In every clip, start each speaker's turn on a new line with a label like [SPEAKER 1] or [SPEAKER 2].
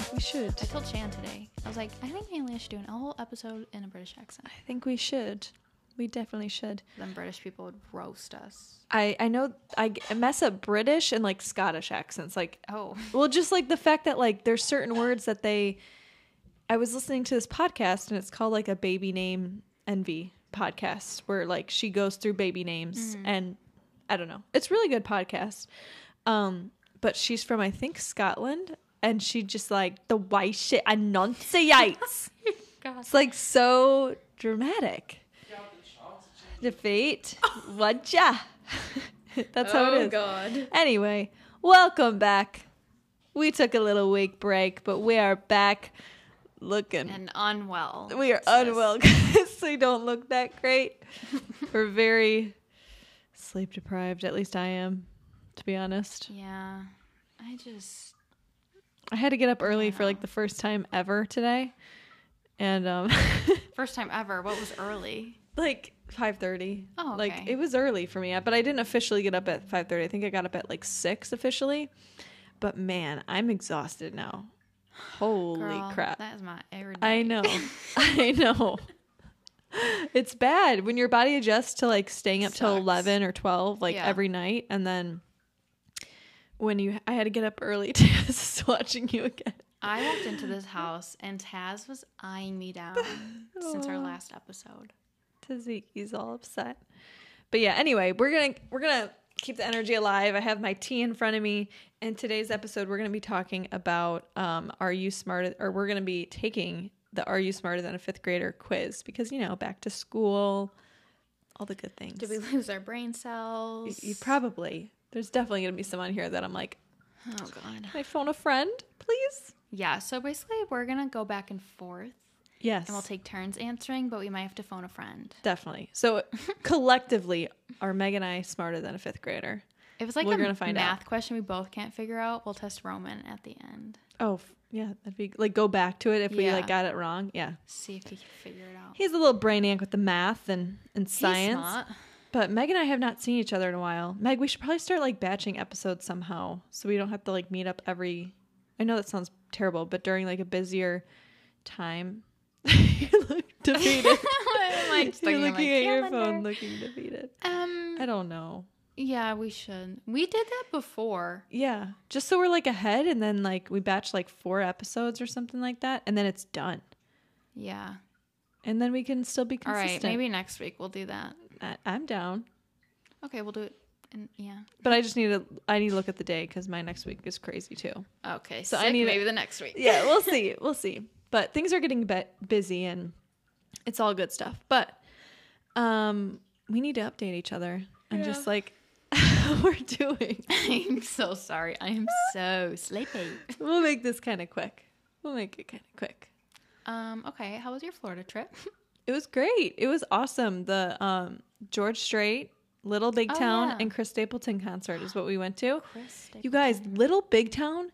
[SPEAKER 1] I told Shan today. I was like, I think Haley should do an whole episode in a British accent.
[SPEAKER 2] I think we should. We definitely should.
[SPEAKER 1] Then British people would roast us.
[SPEAKER 2] I I know I g- mess up British and like Scottish accents. Like
[SPEAKER 1] Oh,
[SPEAKER 2] well, just like the fact that like there's certain words that they. I was listening to this podcast and it's called like a baby name envy podcast where like she goes through baby names and I don't know. It's really good podcast. Um, but she's from I think Scotland and she just like the white shit enunciates.
[SPEAKER 1] God.
[SPEAKER 2] It's like so dramatic. Defeat. Whatcha? That's how
[SPEAKER 1] Oh,
[SPEAKER 2] it is.
[SPEAKER 1] God.
[SPEAKER 2] Anyway, welcome back. We took a little week break, but we are back looking.
[SPEAKER 1] And unwell.
[SPEAKER 2] we are
[SPEAKER 1] sis.
[SPEAKER 2] unwell because we don't look that great. We're very sleep deprived, at least I am, to be honest.
[SPEAKER 1] Yeah. I just.
[SPEAKER 2] I had to get up early for like the first time ever today. And um
[SPEAKER 1] First time ever. What was early?
[SPEAKER 2] like 5:30.
[SPEAKER 1] Oh,
[SPEAKER 2] Like
[SPEAKER 1] okay.
[SPEAKER 2] it was early for me, but I didn't officially get up at 5:30. I think I got up at like 6 officially. But man, I'm exhausted now. Holy
[SPEAKER 1] Girl,
[SPEAKER 2] crap.
[SPEAKER 1] That is my every day.
[SPEAKER 2] I know. I know. It's bad when your body adjusts to like staying up till
[SPEAKER 1] Sucks.
[SPEAKER 2] 11 or 12 like
[SPEAKER 1] Yeah.
[SPEAKER 2] every night and then when you I had to get up early to just watching you again.
[SPEAKER 1] I walked into this house and Taz was eyeing me down since our
[SPEAKER 2] Aw.
[SPEAKER 1] last episode.
[SPEAKER 2] Taziki's all upset. But yeah, anyway, we're gonna we're gonna keep the energy alive. I have my tea in front of me. In today's episode, we're gonna be talking about um, are you smarter or we're gonna be taking the Are You Smarter Than a Fifth Grader quiz because you know, back to school, all the good things.
[SPEAKER 1] Did we lose our brain
[SPEAKER 2] You-
[SPEAKER 1] cells?
[SPEAKER 2] you probably there's definitely gonna be some on here that I'm like,
[SPEAKER 1] Oh, God.
[SPEAKER 2] Can I phone a friend, please?
[SPEAKER 1] Yeah, so basically, we're going to go back and forth
[SPEAKER 2] Yes.
[SPEAKER 1] and we'll take turns answering, but we might have to phone a friend.
[SPEAKER 2] definitely. So collectively, are Meg and I smarter than a fifth grader?
[SPEAKER 1] If it's like
[SPEAKER 2] We're
[SPEAKER 1] a
[SPEAKER 2] gonna find
[SPEAKER 1] math question we both can't figure out, we'll test Roman at the end.
[SPEAKER 2] Oh f- yeah, that'd be like go back to it if we
[SPEAKER 1] Yeah.
[SPEAKER 2] like got it wrong. Yeah,
[SPEAKER 1] See if he can figure it out.
[SPEAKER 2] he's a little brainiac with the math and and
[SPEAKER 1] He's
[SPEAKER 2] science.
[SPEAKER 1] smart.
[SPEAKER 2] But Meg and I have not seen each other in a while. Meg, we should probably start like batching episodes somehow, so we don't have to like meet up every. I know that sounds terrible, but during like a busier time, you look defeated.
[SPEAKER 1] I'm like
[SPEAKER 2] You're
[SPEAKER 1] looking,
[SPEAKER 2] looking
[SPEAKER 1] my
[SPEAKER 2] at your phone,
[SPEAKER 1] calendar.
[SPEAKER 2] looking defeated.
[SPEAKER 1] Um,
[SPEAKER 2] I don't know.
[SPEAKER 1] yeah, we should. We did that before.
[SPEAKER 2] Yeah, just so we're like ahead, and then like we batch like four episodes or something like that, and then it's done,
[SPEAKER 1] Yeah.
[SPEAKER 2] and then we can still be
[SPEAKER 1] All
[SPEAKER 2] consistent.
[SPEAKER 1] right, maybe next week we'll do that.
[SPEAKER 2] I, I'm down,
[SPEAKER 1] Okay, we'll do it. And yeah.
[SPEAKER 2] but I just need to. I need to look at the day because my next week is crazy too.
[SPEAKER 1] Okay.
[SPEAKER 2] So
[SPEAKER 1] So
[SPEAKER 2] I
[SPEAKER 1] I
[SPEAKER 2] need
[SPEAKER 1] need
[SPEAKER 2] to-
[SPEAKER 1] maybe the next week.
[SPEAKER 2] Yeah, we'll see. We'll see. But things are getting bet busy, and it's all good stuff. But um, we need to update each other and just
[SPEAKER 1] Yeah.
[SPEAKER 2] like how we're doing.
[SPEAKER 1] I'm so sorry. I am so sleepy.
[SPEAKER 2] We'll make this kind of quick. We'll make it kind of quick.
[SPEAKER 1] Um. Okay. How was your Florida trip?
[SPEAKER 2] It was great. It was awesome. The um, George Strait, Little Big
[SPEAKER 1] Oh,
[SPEAKER 2] Town,
[SPEAKER 1] yeah.
[SPEAKER 2] and Chris Stapleton concert is what we went to.
[SPEAKER 1] Chris
[SPEAKER 2] You guys, Little Big Town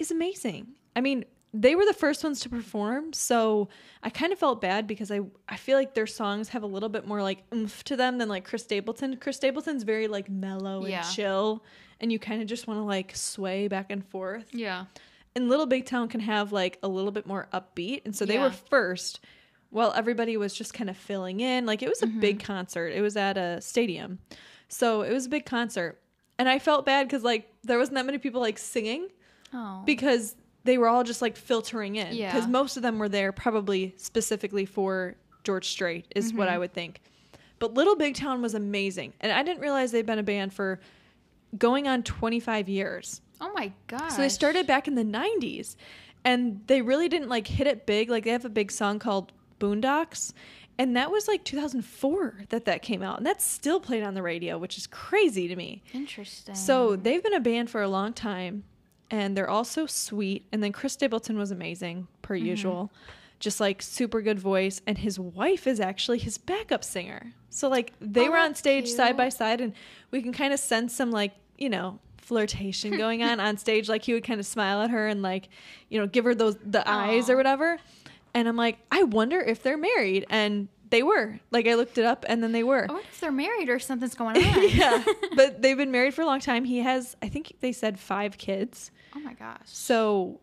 [SPEAKER 2] is amazing. I mean, they were the first ones to perform, so I kind of felt bad because I I feel like their songs have a little bit more like oomph to them than like Chris Stapleton. Chris Stapleton's very like mellow and
[SPEAKER 1] Yeah.
[SPEAKER 2] chill, and you kind of just want to like sway back and forth
[SPEAKER 1] Yeah.
[SPEAKER 2] and Little Big Town can have like a little bit more upbeat. And so they were
[SPEAKER 1] Yeah.
[SPEAKER 2] first while everybody was just kind of filling in. Like it was a
[SPEAKER 1] Mm-hmm.
[SPEAKER 2] big concert, it was at a stadium. So it was a big concert. And I felt bad because like there wasn't that many people like singing
[SPEAKER 1] Oh.
[SPEAKER 2] because they were all just like filtering in.
[SPEAKER 1] Yeah.
[SPEAKER 2] Because most of them were there probably specifically for George Strait, is
[SPEAKER 1] Mm-hmm.
[SPEAKER 2] what I would think. But Little Big Town was amazing. And I didn't realize they'd been a band for going on 25 years.
[SPEAKER 1] oh my god.
[SPEAKER 2] So they started back in the 90s and they really didn't like hit it big. Like they have a big song called Boondocks and that was like 2004 that that came out and that's still played on the radio, which is crazy to me.
[SPEAKER 1] Interesting.
[SPEAKER 2] So they've been a band for a long time and they're all so sweet and then Chris Stapleton was amazing per
[SPEAKER 1] Mm-hmm.
[SPEAKER 2] usual. Just like super good voice and his wife is actually his backup singer. So like they
[SPEAKER 1] Oh,
[SPEAKER 2] were on
[SPEAKER 1] that's
[SPEAKER 2] stage side
[SPEAKER 1] cute.
[SPEAKER 2] by side and we can kind of sense some like, you know, flirtation going on on stage like he would kind of smile at her and like, you know, give her those the eyes or
[SPEAKER 1] Aw.
[SPEAKER 2] whatever. And I'm like, I wonder if they're married and they were. Like I looked it up and then they were
[SPEAKER 1] I wonder if they're married or something's going on.
[SPEAKER 2] yeah, but they've been married for a long time. He has, I think they said five kids.
[SPEAKER 1] Oh my gosh.
[SPEAKER 2] So,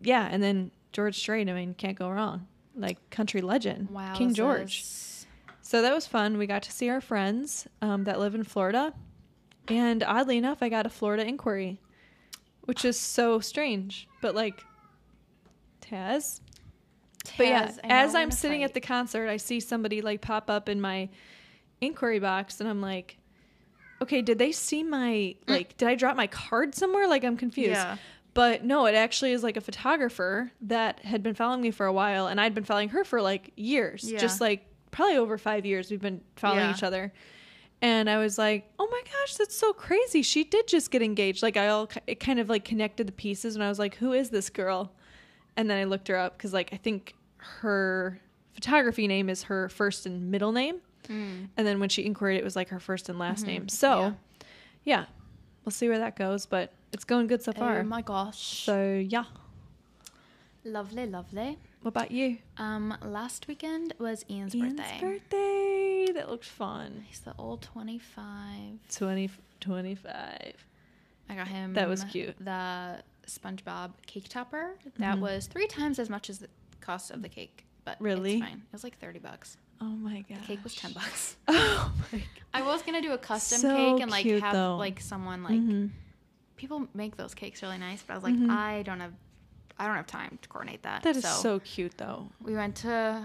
[SPEAKER 2] yeah, and then George Strait, I mean, can't go wrong. Like country legend,
[SPEAKER 1] Wow.
[SPEAKER 2] King George. So that was fun. We got to see our friends um, that live in Florida. And oddly enough, I got a Florida inquiry, which is so strange. But like, Taz. but yeah, as I'm sitting at the concert, I see somebody like pop up in my inquiry box, and I'm like, okay, did they see my, like, did I drop my card somewhere? Like, I'm confused.
[SPEAKER 1] Yeah.
[SPEAKER 2] But no, it actually is like a photographer that had been following me for a while, and I'd been following her for like years,
[SPEAKER 1] Yeah.
[SPEAKER 2] just like probably over five years. We've been following
[SPEAKER 1] Yeah.
[SPEAKER 2] each other, and I was like, "Oh my gosh, that's so crazy! She did just get engaged." Like I all ki- it kind of like connected the pieces, and I was like, "Who is this girl?" And then I looked her up because like I think her photography name is her first and middle name,
[SPEAKER 1] Hmm.
[SPEAKER 2] and then when she inquired, it was like her first and last
[SPEAKER 1] Mm-hmm.
[SPEAKER 2] name. So, yeah. we'll see where that goes, but it's going good so far.
[SPEAKER 1] Oh my gosh.
[SPEAKER 2] So yeah,
[SPEAKER 1] lovely, lovely.
[SPEAKER 2] what about you?
[SPEAKER 1] Um, last weekend was Ian's, birthday.
[SPEAKER 2] birthday. That looked fun.
[SPEAKER 1] He's the old 25.
[SPEAKER 2] 20, 25.
[SPEAKER 1] I got him.
[SPEAKER 2] That was cute.
[SPEAKER 1] The SpongeBob cake topper. That
[SPEAKER 2] Mhm.
[SPEAKER 1] was three times as much as the cost of the cake. But
[SPEAKER 2] Really?
[SPEAKER 1] it's fine. It was like 30 bucks.
[SPEAKER 2] Oh my god.
[SPEAKER 1] The cake was 10 bucks.
[SPEAKER 2] Oh my god.
[SPEAKER 1] I was gonna do a custom
[SPEAKER 2] So
[SPEAKER 1] cake and like
[SPEAKER 2] cute,
[SPEAKER 1] have
[SPEAKER 2] though.
[SPEAKER 1] like someone like
[SPEAKER 2] Mhm.
[SPEAKER 1] people make those cakes really nice, but I was like,
[SPEAKER 2] Mhm.
[SPEAKER 1] I don't have, I don't have time to coordinate that.
[SPEAKER 2] That is so cute though.
[SPEAKER 1] We went to,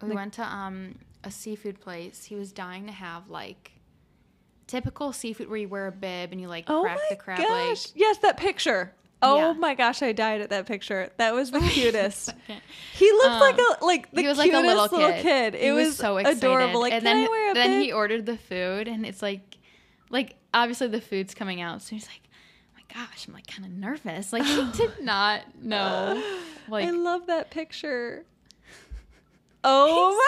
[SPEAKER 1] we
[SPEAKER 2] Like-
[SPEAKER 1] went to um a seafood place. He was dying to have like typical seafood where you wear a bib and you like
[SPEAKER 2] Oh
[SPEAKER 1] crack
[SPEAKER 2] my
[SPEAKER 1] the crab
[SPEAKER 2] gosh.
[SPEAKER 1] leg.
[SPEAKER 2] Yes, that picture. Oh
[SPEAKER 1] Yeah.
[SPEAKER 2] my gosh, I died at that picture. That was the cutest.
[SPEAKER 1] Second.
[SPEAKER 2] He looked like
[SPEAKER 1] Um,
[SPEAKER 2] a like the
[SPEAKER 1] he was like
[SPEAKER 2] cutest
[SPEAKER 1] a little kid.
[SPEAKER 2] It was, so adorable. Like,
[SPEAKER 1] and
[SPEAKER 2] can
[SPEAKER 1] then
[SPEAKER 2] I wear a
[SPEAKER 1] then
[SPEAKER 2] bib?
[SPEAKER 1] he ordered the food, and it's like, like obviously the food's coming out, so he's like, oh my gosh, I'm like kind of nervous. Like he did not know. oh, Like
[SPEAKER 2] I love that picture. Oh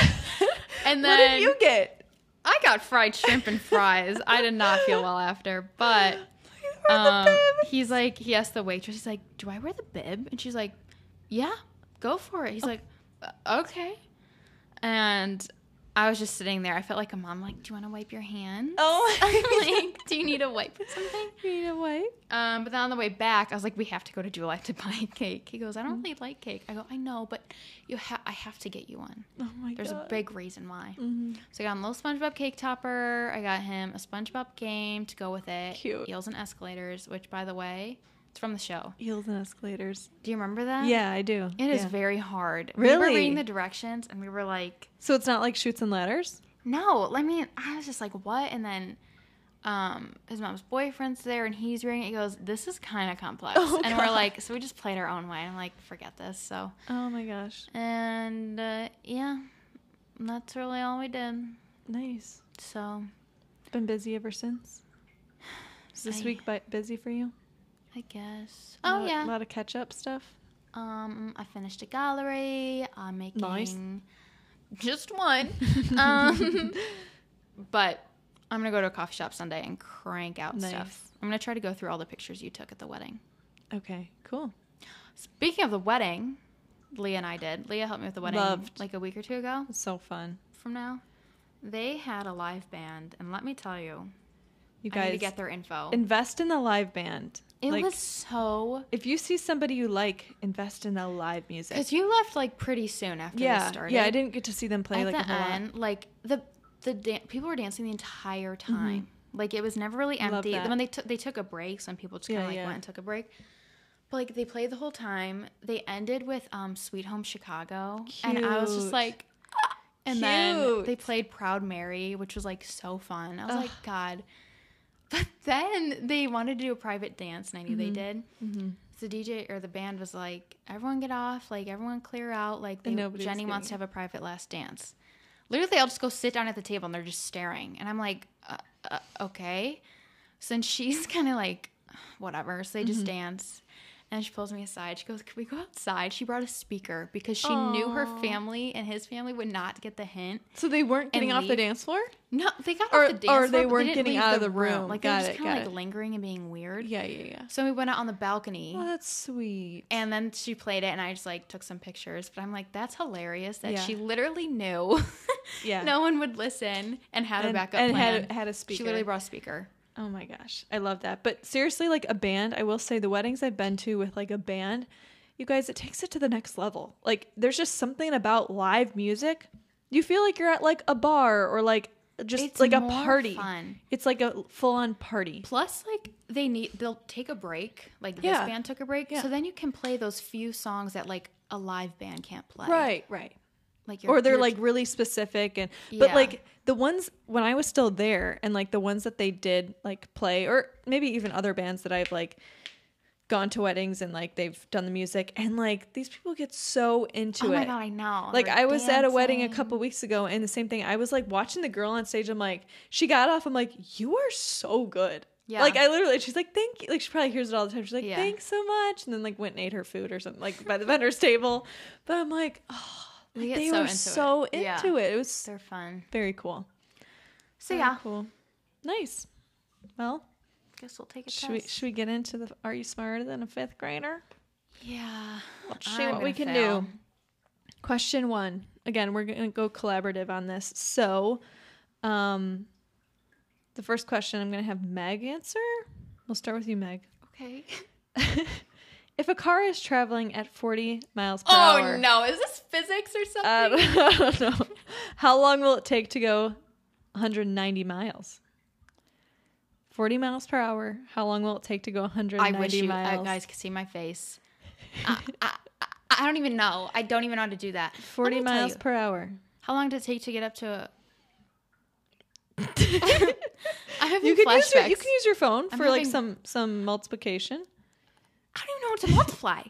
[SPEAKER 2] my god!
[SPEAKER 1] And
[SPEAKER 2] what did
[SPEAKER 1] then-
[SPEAKER 2] you get?
[SPEAKER 1] I got fried shrimp and fries. I did not feel well after, but
[SPEAKER 2] Please wear the
[SPEAKER 1] um,
[SPEAKER 2] bib.
[SPEAKER 1] he's like, he asked the waitress, he's like, do I wear the bib? And she's like, yeah, go for it.
[SPEAKER 2] Oh.
[SPEAKER 1] He's like, "Uh, okay. And I was just sitting there. I felt like a mom. Like, do you want to wipe your hands?
[SPEAKER 2] Oh my god.
[SPEAKER 1] like, do you need a wipe or something?
[SPEAKER 2] Need a wipe?
[SPEAKER 1] Um, but then on the way back, I was like, we have to go to July to buy a cake. He goes, I don't really like cake. I go, I know, but you ha- I have to get you one.
[SPEAKER 2] Oh my
[SPEAKER 1] There's
[SPEAKER 2] god.
[SPEAKER 1] a big reason why.
[SPEAKER 2] Mhm.
[SPEAKER 1] So I got him a little SpongeBob cake topper. I got him a SpongeBob game to go with it.
[SPEAKER 2] Cute.
[SPEAKER 1] Eels and escalators, which by the way, it's from the show.
[SPEAKER 2] Heels and escalators.
[SPEAKER 1] Do you remember that?
[SPEAKER 2] yeah, I do.
[SPEAKER 1] It is
[SPEAKER 2] Yeah.
[SPEAKER 1] very hard. We were
[SPEAKER 2] Really?
[SPEAKER 1] reading the directions and we were like,
[SPEAKER 2] so it's not like shoots and ladders.
[SPEAKER 1] no, let me I was just like, what? And then um his mom's boyfriend's there and he's reading it. He goes, This is kinda complex.
[SPEAKER 2] Oh,
[SPEAKER 1] and we're
[SPEAKER 2] God.
[SPEAKER 1] like, so we just played our own way. I'm like, forget this. So
[SPEAKER 2] Oh my gosh,
[SPEAKER 1] and uh, yeah. That's really all we did.
[SPEAKER 2] nice.
[SPEAKER 1] So
[SPEAKER 2] Been busy ever since. Is this
[SPEAKER 1] I-
[SPEAKER 2] week bu- busy for you?
[SPEAKER 1] I guess.
[SPEAKER 2] A
[SPEAKER 1] Oh
[SPEAKER 2] lot-
[SPEAKER 1] yeah.
[SPEAKER 2] a lot of catch up stuff.
[SPEAKER 1] Um, I finished a gallery. I'm making
[SPEAKER 2] Nice.
[SPEAKER 1] just one. um, but I'm gonna go to a coffee shop Sunday and crank out stuff.
[SPEAKER 2] Nice.
[SPEAKER 1] I'm gonna try to go through all the pictures you took at the wedding.
[SPEAKER 2] Okay, cool.
[SPEAKER 1] Speaking of the wedding, Leah and I did. Leah helped me with the wedding
[SPEAKER 2] Loved.
[SPEAKER 1] like a week or two ago
[SPEAKER 2] It's so fun.
[SPEAKER 1] from now. They had a live band, and let me tell you,
[SPEAKER 2] You
[SPEAKER 1] I need
[SPEAKER 2] guys
[SPEAKER 1] to get their info.
[SPEAKER 2] invest in the live band.
[SPEAKER 1] it
[SPEAKER 2] Like,
[SPEAKER 1] was so
[SPEAKER 2] If you see somebody you like, invest in the live music.
[SPEAKER 1] because you left like pretty soon after
[SPEAKER 2] yeah,
[SPEAKER 1] this started.
[SPEAKER 2] yeah. I didn't get to see them play
[SPEAKER 1] at
[SPEAKER 2] like a
[SPEAKER 1] the
[SPEAKER 2] whole lot.
[SPEAKER 1] end, like the the dan- people were dancing the entire time. Like it was never really
[SPEAKER 2] Mm-hmm. Love
[SPEAKER 1] empty.
[SPEAKER 2] that.
[SPEAKER 1] When they took they took a break, some people just kind of
[SPEAKER 2] Yeah,
[SPEAKER 1] like
[SPEAKER 2] yeah.
[SPEAKER 1] went and took a break. But like they played the whole time. They ended with um "Sweet Home Chicago," and I was just
[SPEAKER 2] Cute.
[SPEAKER 1] like, "Ah!" and then they
[SPEAKER 2] Cute.
[SPEAKER 1] played "Proud Mary," which was like so fun. I was
[SPEAKER 2] Ugh.
[SPEAKER 1] like, God. But then they wanted to do a private dance, and I knew they did. So The DJ or the band was like, "Everyone get off! Like everyone clear out! Like they,
[SPEAKER 2] And nobody was
[SPEAKER 1] Jenny wants to
[SPEAKER 2] getting
[SPEAKER 1] have a private last dance." Literally, they all just go sit down at the table and they're just staring, and I'm like, uh, uh, "Okay." Since she's kind of like, whatever, so they just dance, and she pulls me aside. She goes, "Can we go outside?" She brought a speaker because she knew her
[SPEAKER 2] Aw.
[SPEAKER 1] family and his family would not get the hint.
[SPEAKER 2] So they weren't getting
[SPEAKER 1] And
[SPEAKER 2] off the
[SPEAKER 1] leave.
[SPEAKER 2] dance floor.
[SPEAKER 1] No, they got
[SPEAKER 2] Or-
[SPEAKER 1] off the dance
[SPEAKER 2] or
[SPEAKER 1] floor,
[SPEAKER 2] they
[SPEAKER 1] but
[SPEAKER 2] weren't
[SPEAKER 1] didn't
[SPEAKER 2] getting
[SPEAKER 1] leave
[SPEAKER 2] out of the room.
[SPEAKER 1] Like they
[SPEAKER 2] Got
[SPEAKER 1] were
[SPEAKER 2] it,
[SPEAKER 1] just kind
[SPEAKER 2] got
[SPEAKER 1] of like
[SPEAKER 2] it.
[SPEAKER 1] lingering and being weird.
[SPEAKER 2] Yeah, yeah, yeah.
[SPEAKER 1] So we went out on the balcony.
[SPEAKER 2] Oh, that's sweet.
[SPEAKER 1] And then she played it, and I just like took some pictures. But I'm like, that's hilarious that
[SPEAKER 2] Yeah.
[SPEAKER 1] she literally knew
[SPEAKER 2] Yeah.
[SPEAKER 1] no one would listen and had a backup
[SPEAKER 2] and
[SPEAKER 1] plan.
[SPEAKER 2] had had a speaker.
[SPEAKER 1] She literally brought a speaker.
[SPEAKER 2] oh my gosh, I love that. But seriously, like a band, I will say the weddings I've been to with like a band, you guys, it takes it to the next level. Like there's just something about live music. You feel like you're at like a bar or like just
[SPEAKER 1] It's
[SPEAKER 2] like a
[SPEAKER 1] more
[SPEAKER 2] party.
[SPEAKER 1] fun.
[SPEAKER 2] It's like a full on party.
[SPEAKER 1] Plus, like they need, they'll take a break. Like
[SPEAKER 2] Yeah.
[SPEAKER 1] this band took a break, so then you can play those few songs that like a live band can't play.
[SPEAKER 2] Right, right.
[SPEAKER 1] Like your,
[SPEAKER 2] Or they're
[SPEAKER 1] your-
[SPEAKER 2] like really specific and but
[SPEAKER 1] Yeah.
[SPEAKER 2] like the ones when I was still there and like the ones that they did like play or maybe even other bands that I've like gone to weddings and like they've done the music and like these people get so into
[SPEAKER 1] oh
[SPEAKER 2] it.
[SPEAKER 1] my god, I know.
[SPEAKER 2] Like
[SPEAKER 1] They're
[SPEAKER 2] I was at a wedding a
[SPEAKER 1] dancing.
[SPEAKER 2] couple weeks ago, and the same thing. I was like watching the girl on stage. I'm like, she got off. I'm like, you are so good.
[SPEAKER 1] Yeah.
[SPEAKER 2] Like I literally, she's like, thank you. Like she probably hears it all the time. She's like,
[SPEAKER 1] Yeah.
[SPEAKER 2] thanks so much, and then like went and ate her food or something like by the vendor's table. But I'm like, oh,
[SPEAKER 1] They get
[SPEAKER 2] they
[SPEAKER 1] so
[SPEAKER 2] were
[SPEAKER 1] into it.
[SPEAKER 2] so
[SPEAKER 1] Yeah.
[SPEAKER 2] into it. It was
[SPEAKER 1] They're fun.
[SPEAKER 2] very cool.
[SPEAKER 1] So
[SPEAKER 2] Very
[SPEAKER 1] yeah,
[SPEAKER 2] cool. Nice. Well,
[SPEAKER 1] guess we'll take a
[SPEAKER 2] should we
[SPEAKER 1] test.
[SPEAKER 2] should we get into the? Are you smarter than a fifth grader?
[SPEAKER 1] Yeah.
[SPEAKER 2] Let's see
[SPEAKER 1] I'm
[SPEAKER 2] what we
[SPEAKER 1] gonna
[SPEAKER 2] can
[SPEAKER 1] fail.
[SPEAKER 2] do. Question one. Again, we're going to go collaborative on this. So, um, the first question I'm going to have Meg answer. We'll start with you, Meg.
[SPEAKER 1] Okay.
[SPEAKER 2] If a car is traveling at 40 miles per
[SPEAKER 1] Oh
[SPEAKER 2] hour,
[SPEAKER 1] no, is this physics or something?
[SPEAKER 2] uh, I don't know. How long will it take to go 190 miles? 40 miles per hour. How long will it take to go 190
[SPEAKER 1] I wish you
[SPEAKER 2] miles?
[SPEAKER 1] uh, guys could see my face. I, I, I, I don't even know. I don't even know how to do that. Let
[SPEAKER 2] 40
[SPEAKER 1] me tell
[SPEAKER 2] miles
[SPEAKER 1] you.
[SPEAKER 2] per hour.
[SPEAKER 1] How long did it take to get up to? I have
[SPEAKER 2] you
[SPEAKER 1] you
[SPEAKER 2] can
[SPEAKER 1] flashbacks.
[SPEAKER 2] use your, you can use your phone
[SPEAKER 1] I'm
[SPEAKER 2] for like
[SPEAKER 1] having-
[SPEAKER 2] some some multiplication.
[SPEAKER 1] I don't even know what to multiply.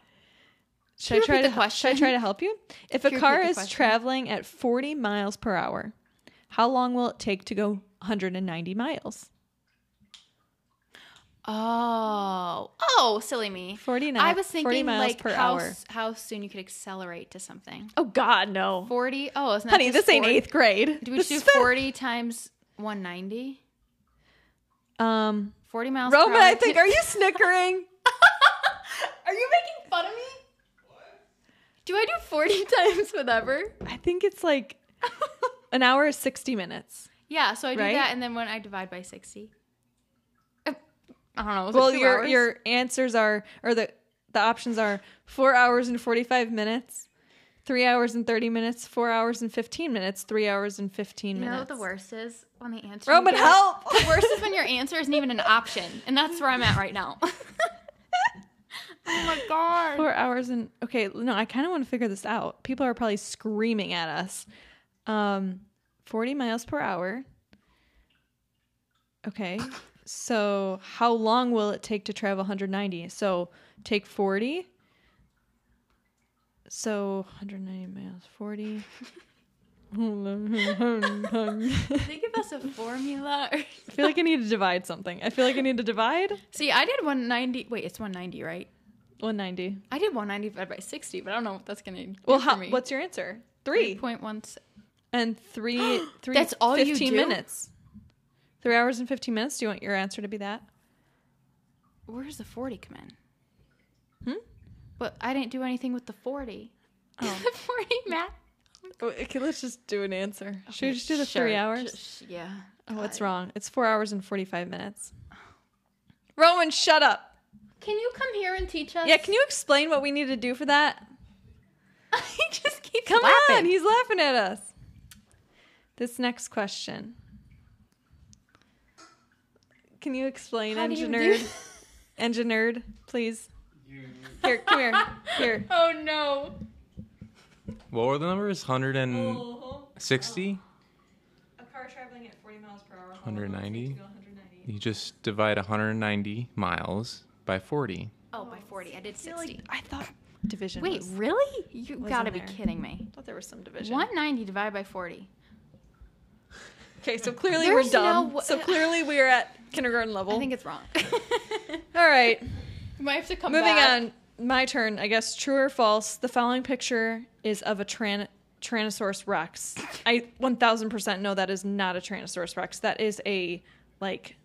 [SPEAKER 2] Should I
[SPEAKER 1] you
[SPEAKER 2] try
[SPEAKER 1] repeat
[SPEAKER 2] to
[SPEAKER 1] the
[SPEAKER 2] hel- should I
[SPEAKER 1] question?
[SPEAKER 2] try to help you? If a
[SPEAKER 1] Can you
[SPEAKER 2] car
[SPEAKER 1] repeat the
[SPEAKER 2] is
[SPEAKER 1] question?
[SPEAKER 2] traveling at 40 miles per hour, how long will it take to go 190 miles?
[SPEAKER 1] Oh, oh, silly me.
[SPEAKER 2] 49
[SPEAKER 1] I was thinking
[SPEAKER 2] 40 miles
[SPEAKER 1] like
[SPEAKER 2] per
[SPEAKER 1] how
[SPEAKER 2] hour.
[SPEAKER 1] s- how soon you could accelerate to something.
[SPEAKER 2] Oh God, no,
[SPEAKER 1] Forty. Oh, isn't that
[SPEAKER 2] honey,
[SPEAKER 1] just
[SPEAKER 2] this ain't
[SPEAKER 1] 40?
[SPEAKER 2] eighth grade.
[SPEAKER 1] Do we
[SPEAKER 2] This
[SPEAKER 1] just do
[SPEAKER 2] is fifth.
[SPEAKER 1] forty times one ninety?
[SPEAKER 2] Um,
[SPEAKER 1] Forty miles. per
[SPEAKER 2] Roman,
[SPEAKER 1] hour
[SPEAKER 2] I
[SPEAKER 1] to-
[SPEAKER 2] think are you snickering?
[SPEAKER 1] Are you making fun of me? Do I do 40 times whatever?
[SPEAKER 2] I think it's like an hour is 60 minutes.
[SPEAKER 1] yeah, so I do
[SPEAKER 2] Right?
[SPEAKER 1] that and then when I divide by 60. Uh, I don't know. was it
[SPEAKER 2] Well,
[SPEAKER 1] two
[SPEAKER 2] your
[SPEAKER 1] hours?
[SPEAKER 2] your answers are or the the options are four hours and forty five minutes, three hours and thirty minutes, four hours and fifteen minutes, three hours and fifteen
[SPEAKER 1] You know what
[SPEAKER 2] minutes.
[SPEAKER 1] the worst is when the answer. you
[SPEAKER 2] Roman,
[SPEAKER 1] get-
[SPEAKER 2] help!
[SPEAKER 1] The worst is when your answer isn't even an option, and that's where I'm at right now. oh my god!
[SPEAKER 2] Four hours and okay, no, I kind of want to figure this out. People are probably screaming at us. Um, forty miles per hour. Okay, so how long will it take to travel 190? So take 40. So 190 miles, 40.
[SPEAKER 1] Think of us a formula. Or...
[SPEAKER 2] I feel like I need to divide something. I feel like I need to divide
[SPEAKER 1] See, I did 190. Wait, it's 190, right?
[SPEAKER 2] 190.
[SPEAKER 1] I did 190 divided by 60, but I don't know what that's gonna. do
[SPEAKER 2] Well,
[SPEAKER 1] for
[SPEAKER 2] how,
[SPEAKER 1] me.
[SPEAKER 2] what's your answer? Three.
[SPEAKER 1] 3.16.
[SPEAKER 2] and three three
[SPEAKER 1] That's all you
[SPEAKER 2] 15
[SPEAKER 1] do?
[SPEAKER 2] minutes three hours and 15 minutes do you want your answer to be that
[SPEAKER 1] Where does the 40 come in?
[SPEAKER 2] Hmm?
[SPEAKER 1] But I didn't do anything with the 40.
[SPEAKER 2] Oh.
[SPEAKER 1] the 40 math?
[SPEAKER 2] okay let's just do an answer should we just do the
[SPEAKER 1] Sure,
[SPEAKER 2] three hours
[SPEAKER 1] just- yeah.
[SPEAKER 2] oh what's
[SPEAKER 1] God.
[SPEAKER 2] wrong it's four hours and 45 minutes
[SPEAKER 1] Oh.
[SPEAKER 2] roman shut up
[SPEAKER 1] Can you come here and teach us?
[SPEAKER 2] yeah can you explain what we need to do for that
[SPEAKER 1] he just keeps
[SPEAKER 2] come
[SPEAKER 1] laughing.
[SPEAKER 2] on he's laughing at us this next question can you explain
[SPEAKER 1] How do you do
[SPEAKER 2] engineered
[SPEAKER 1] that?
[SPEAKER 2] engineered please
[SPEAKER 3] You.
[SPEAKER 2] here come here here
[SPEAKER 1] Oh no.
[SPEAKER 3] What were the numbers?
[SPEAKER 2] Oh,
[SPEAKER 3] 160?
[SPEAKER 1] Oh.
[SPEAKER 2] A car traveling at 40 miles per hour.
[SPEAKER 3] 190? You just divide 190 miles by 40.
[SPEAKER 1] Oh, by 40. I did 60.
[SPEAKER 2] I thought division.
[SPEAKER 1] Wait,
[SPEAKER 2] was-
[SPEAKER 1] really? You
[SPEAKER 2] was
[SPEAKER 1] gotta
[SPEAKER 2] in
[SPEAKER 1] be
[SPEAKER 2] there.
[SPEAKER 1] kidding me.
[SPEAKER 2] thought there was some division.
[SPEAKER 1] 190 divided by 40.
[SPEAKER 2] Okay, so clearly
[SPEAKER 1] There's
[SPEAKER 2] we're dumb.
[SPEAKER 1] no wa-
[SPEAKER 2] so clearly we're at kindergarten level.
[SPEAKER 1] I think it's wrong.
[SPEAKER 2] All right,
[SPEAKER 1] you might have to come
[SPEAKER 2] moving
[SPEAKER 1] back.
[SPEAKER 2] on. My turn, I guess. True or false? The following picture is of a tran- Tyrannosaurus rex. I 1000% know that is not a Tyrannosaurus rex. That is a like,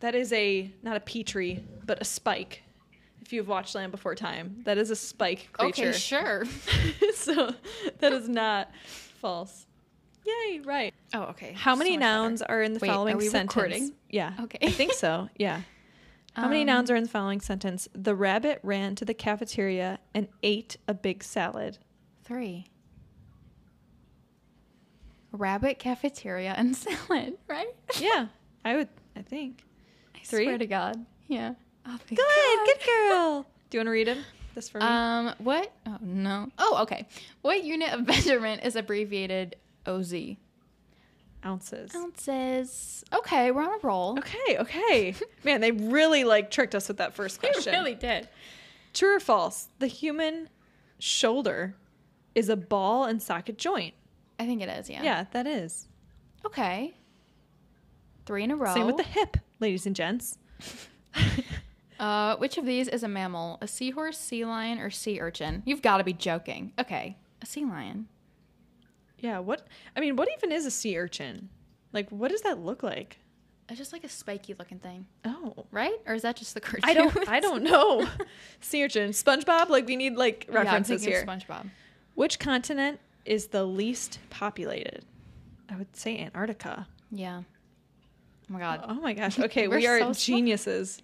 [SPEAKER 2] that is a not a petri, but a spike. If you've watched Land Before Time, that is a spike creature.
[SPEAKER 1] Okay, sure.
[SPEAKER 2] so that is not false. Yay, right.
[SPEAKER 1] Oh, okay.
[SPEAKER 2] How many
[SPEAKER 1] So much better.
[SPEAKER 2] nouns are in the
[SPEAKER 1] Wait,
[SPEAKER 2] following
[SPEAKER 1] are we
[SPEAKER 2] sentence?
[SPEAKER 1] recording?
[SPEAKER 2] Yeah.
[SPEAKER 1] Okay. Um,
[SPEAKER 2] I think so. Yeah. How many nouns are in the following sentence? The rabbit ran to the cafeteria and ate a big salad.
[SPEAKER 1] Three. Rabbit cafeteria and salad, right?
[SPEAKER 2] Yeah, I would. I think.
[SPEAKER 1] I
[SPEAKER 2] Three?
[SPEAKER 1] swear to God. Yeah. Oh,
[SPEAKER 2] Good,
[SPEAKER 1] thank God.
[SPEAKER 2] good girl. Do you want to read him? This for me.
[SPEAKER 1] Um, what? Oh, no. Oh, okay. What unit of measurement is abbreviated OZ?
[SPEAKER 2] Ounces.
[SPEAKER 1] um, Ounces. Okay, we're on a roll.
[SPEAKER 2] Okay, okay. Man, they really like tricked us with that first question.
[SPEAKER 1] did.
[SPEAKER 2] True or false? The human shoulder is a ball and socket joint.
[SPEAKER 1] I think it is, yeah.
[SPEAKER 2] Yeah, that is.
[SPEAKER 1] Okay. Three in a row.
[SPEAKER 2] Same with the hip, ladies and gents.
[SPEAKER 1] Uh, which of these is a mammal? A seahorse, sea lion, or sea urchin? You've got to be joking. Okay, a sea lion.
[SPEAKER 2] Yeah, what I mean, what even is a sea urchin? Like what does that look like?
[SPEAKER 1] It's just like a spiky looking thing,
[SPEAKER 2] Oh.
[SPEAKER 1] right? Or is that just the cartoon?
[SPEAKER 2] I don't I don't know. sea urchin, SpongeBob, like we need like
[SPEAKER 1] Yeah, I'm
[SPEAKER 2] references
[SPEAKER 1] thinking
[SPEAKER 2] here.
[SPEAKER 1] of SpongeBob.
[SPEAKER 2] Which continent is the least populated? I would say Antarctica.
[SPEAKER 1] Yeah. Oh my god.
[SPEAKER 2] Oh my gosh. Okay, we
[SPEAKER 1] We're
[SPEAKER 2] are
[SPEAKER 1] so smart.
[SPEAKER 2] geniuses.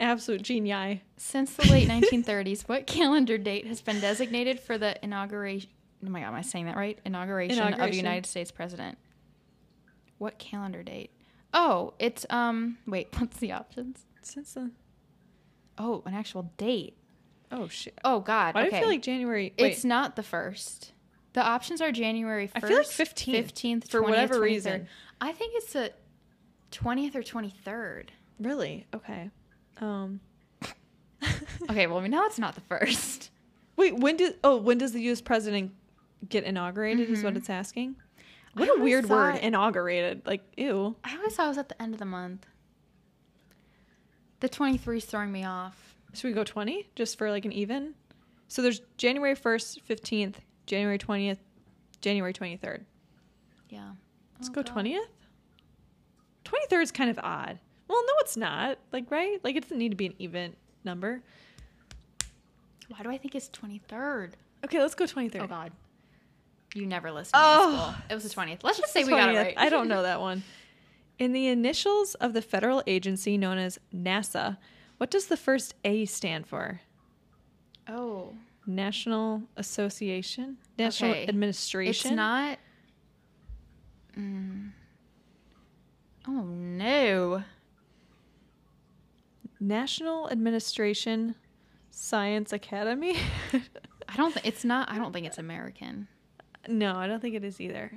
[SPEAKER 2] Absolute genii.
[SPEAKER 1] Since the late 1930s, what calendar date has been designated for the inauguration? Oh my god, am I saying that right? Inauguration, of
[SPEAKER 2] Inauguration.
[SPEAKER 1] United States president. What calendar date? Oh, it's um. Wait, what's the options?
[SPEAKER 2] Since the
[SPEAKER 1] Oh, an actual date.
[SPEAKER 2] Oh shit.
[SPEAKER 1] Oh god.
[SPEAKER 2] Why do
[SPEAKER 1] okay.
[SPEAKER 2] I feel like January wait,
[SPEAKER 1] It's not the first. The options are January 1st,
[SPEAKER 2] I feel like 15th,
[SPEAKER 1] 15th,
[SPEAKER 2] for
[SPEAKER 1] 20th,
[SPEAKER 2] whatever
[SPEAKER 1] 23rd.
[SPEAKER 2] reason.
[SPEAKER 1] I think it's the 20th or 23rd.
[SPEAKER 2] really? Okay. Um
[SPEAKER 1] Okay, well, we know it's not the first.
[SPEAKER 2] Wait, when did oh when does the U.S. president get inaugurated? Is what it's asking. What
[SPEAKER 1] Mm-hmm. I
[SPEAKER 2] a weird
[SPEAKER 1] always
[SPEAKER 2] word,
[SPEAKER 1] thought-
[SPEAKER 2] inaugurated. Like ew.
[SPEAKER 1] I always thought it was at the end of the month. The 23 is throwing me off.
[SPEAKER 2] Should we go twenty just for like an even? So there's January first, fifteenth, January twentieth, January twenty third.
[SPEAKER 1] Yeah.
[SPEAKER 2] Let's
[SPEAKER 1] Oh,
[SPEAKER 2] go
[SPEAKER 1] God.
[SPEAKER 2] twentieth. Twenty third is kind of odd. Well, no, it's not. Like right? Like it doesn't need to be an even number.
[SPEAKER 1] Why do I think it's 23rd?
[SPEAKER 2] Okay, let's go twenty third.
[SPEAKER 1] Oh, God. You never listened to
[SPEAKER 2] Oh.
[SPEAKER 1] school. It was the 20th. Let's just say we got it right.
[SPEAKER 2] I don't know that one. In the initials of the federal agency known as NASA, what does the first A stand for?
[SPEAKER 1] Oh.
[SPEAKER 2] National Association? National
[SPEAKER 1] Okay.
[SPEAKER 2] Administration?
[SPEAKER 1] It's not. Mm. Oh no!
[SPEAKER 2] National Administration Science Academy?
[SPEAKER 1] I don't. Th- it's not. I don't think it's American.
[SPEAKER 2] no, I don't think it is either.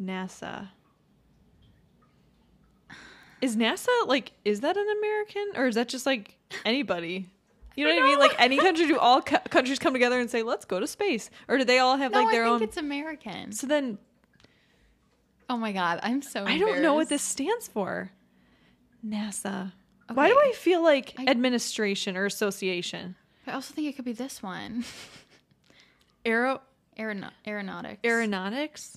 [SPEAKER 2] NASA. Is NASA like is that an American or is that just like anybody? You know
[SPEAKER 1] I
[SPEAKER 2] what I mean?
[SPEAKER 1] know.
[SPEAKER 2] Like any country do all co- countries come together and say let's go to space or do they all have
[SPEAKER 1] No,
[SPEAKER 2] like their
[SPEAKER 1] I think
[SPEAKER 2] own
[SPEAKER 1] it's American.
[SPEAKER 2] So then
[SPEAKER 1] Oh my god, I'm so.
[SPEAKER 2] I don't know what
[SPEAKER 1] embarrassed.
[SPEAKER 2] this stands for. NASA. Why do I
[SPEAKER 1] Okay.
[SPEAKER 2] feel like
[SPEAKER 1] I-
[SPEAKER 2] administration or association?
[SPEAKER 1] I also think it could be this one.
[SPEAKER 2] Aero
[SPEAKER 1] Aerono- aeronautics.
[SPEAKER 2] aeronautics,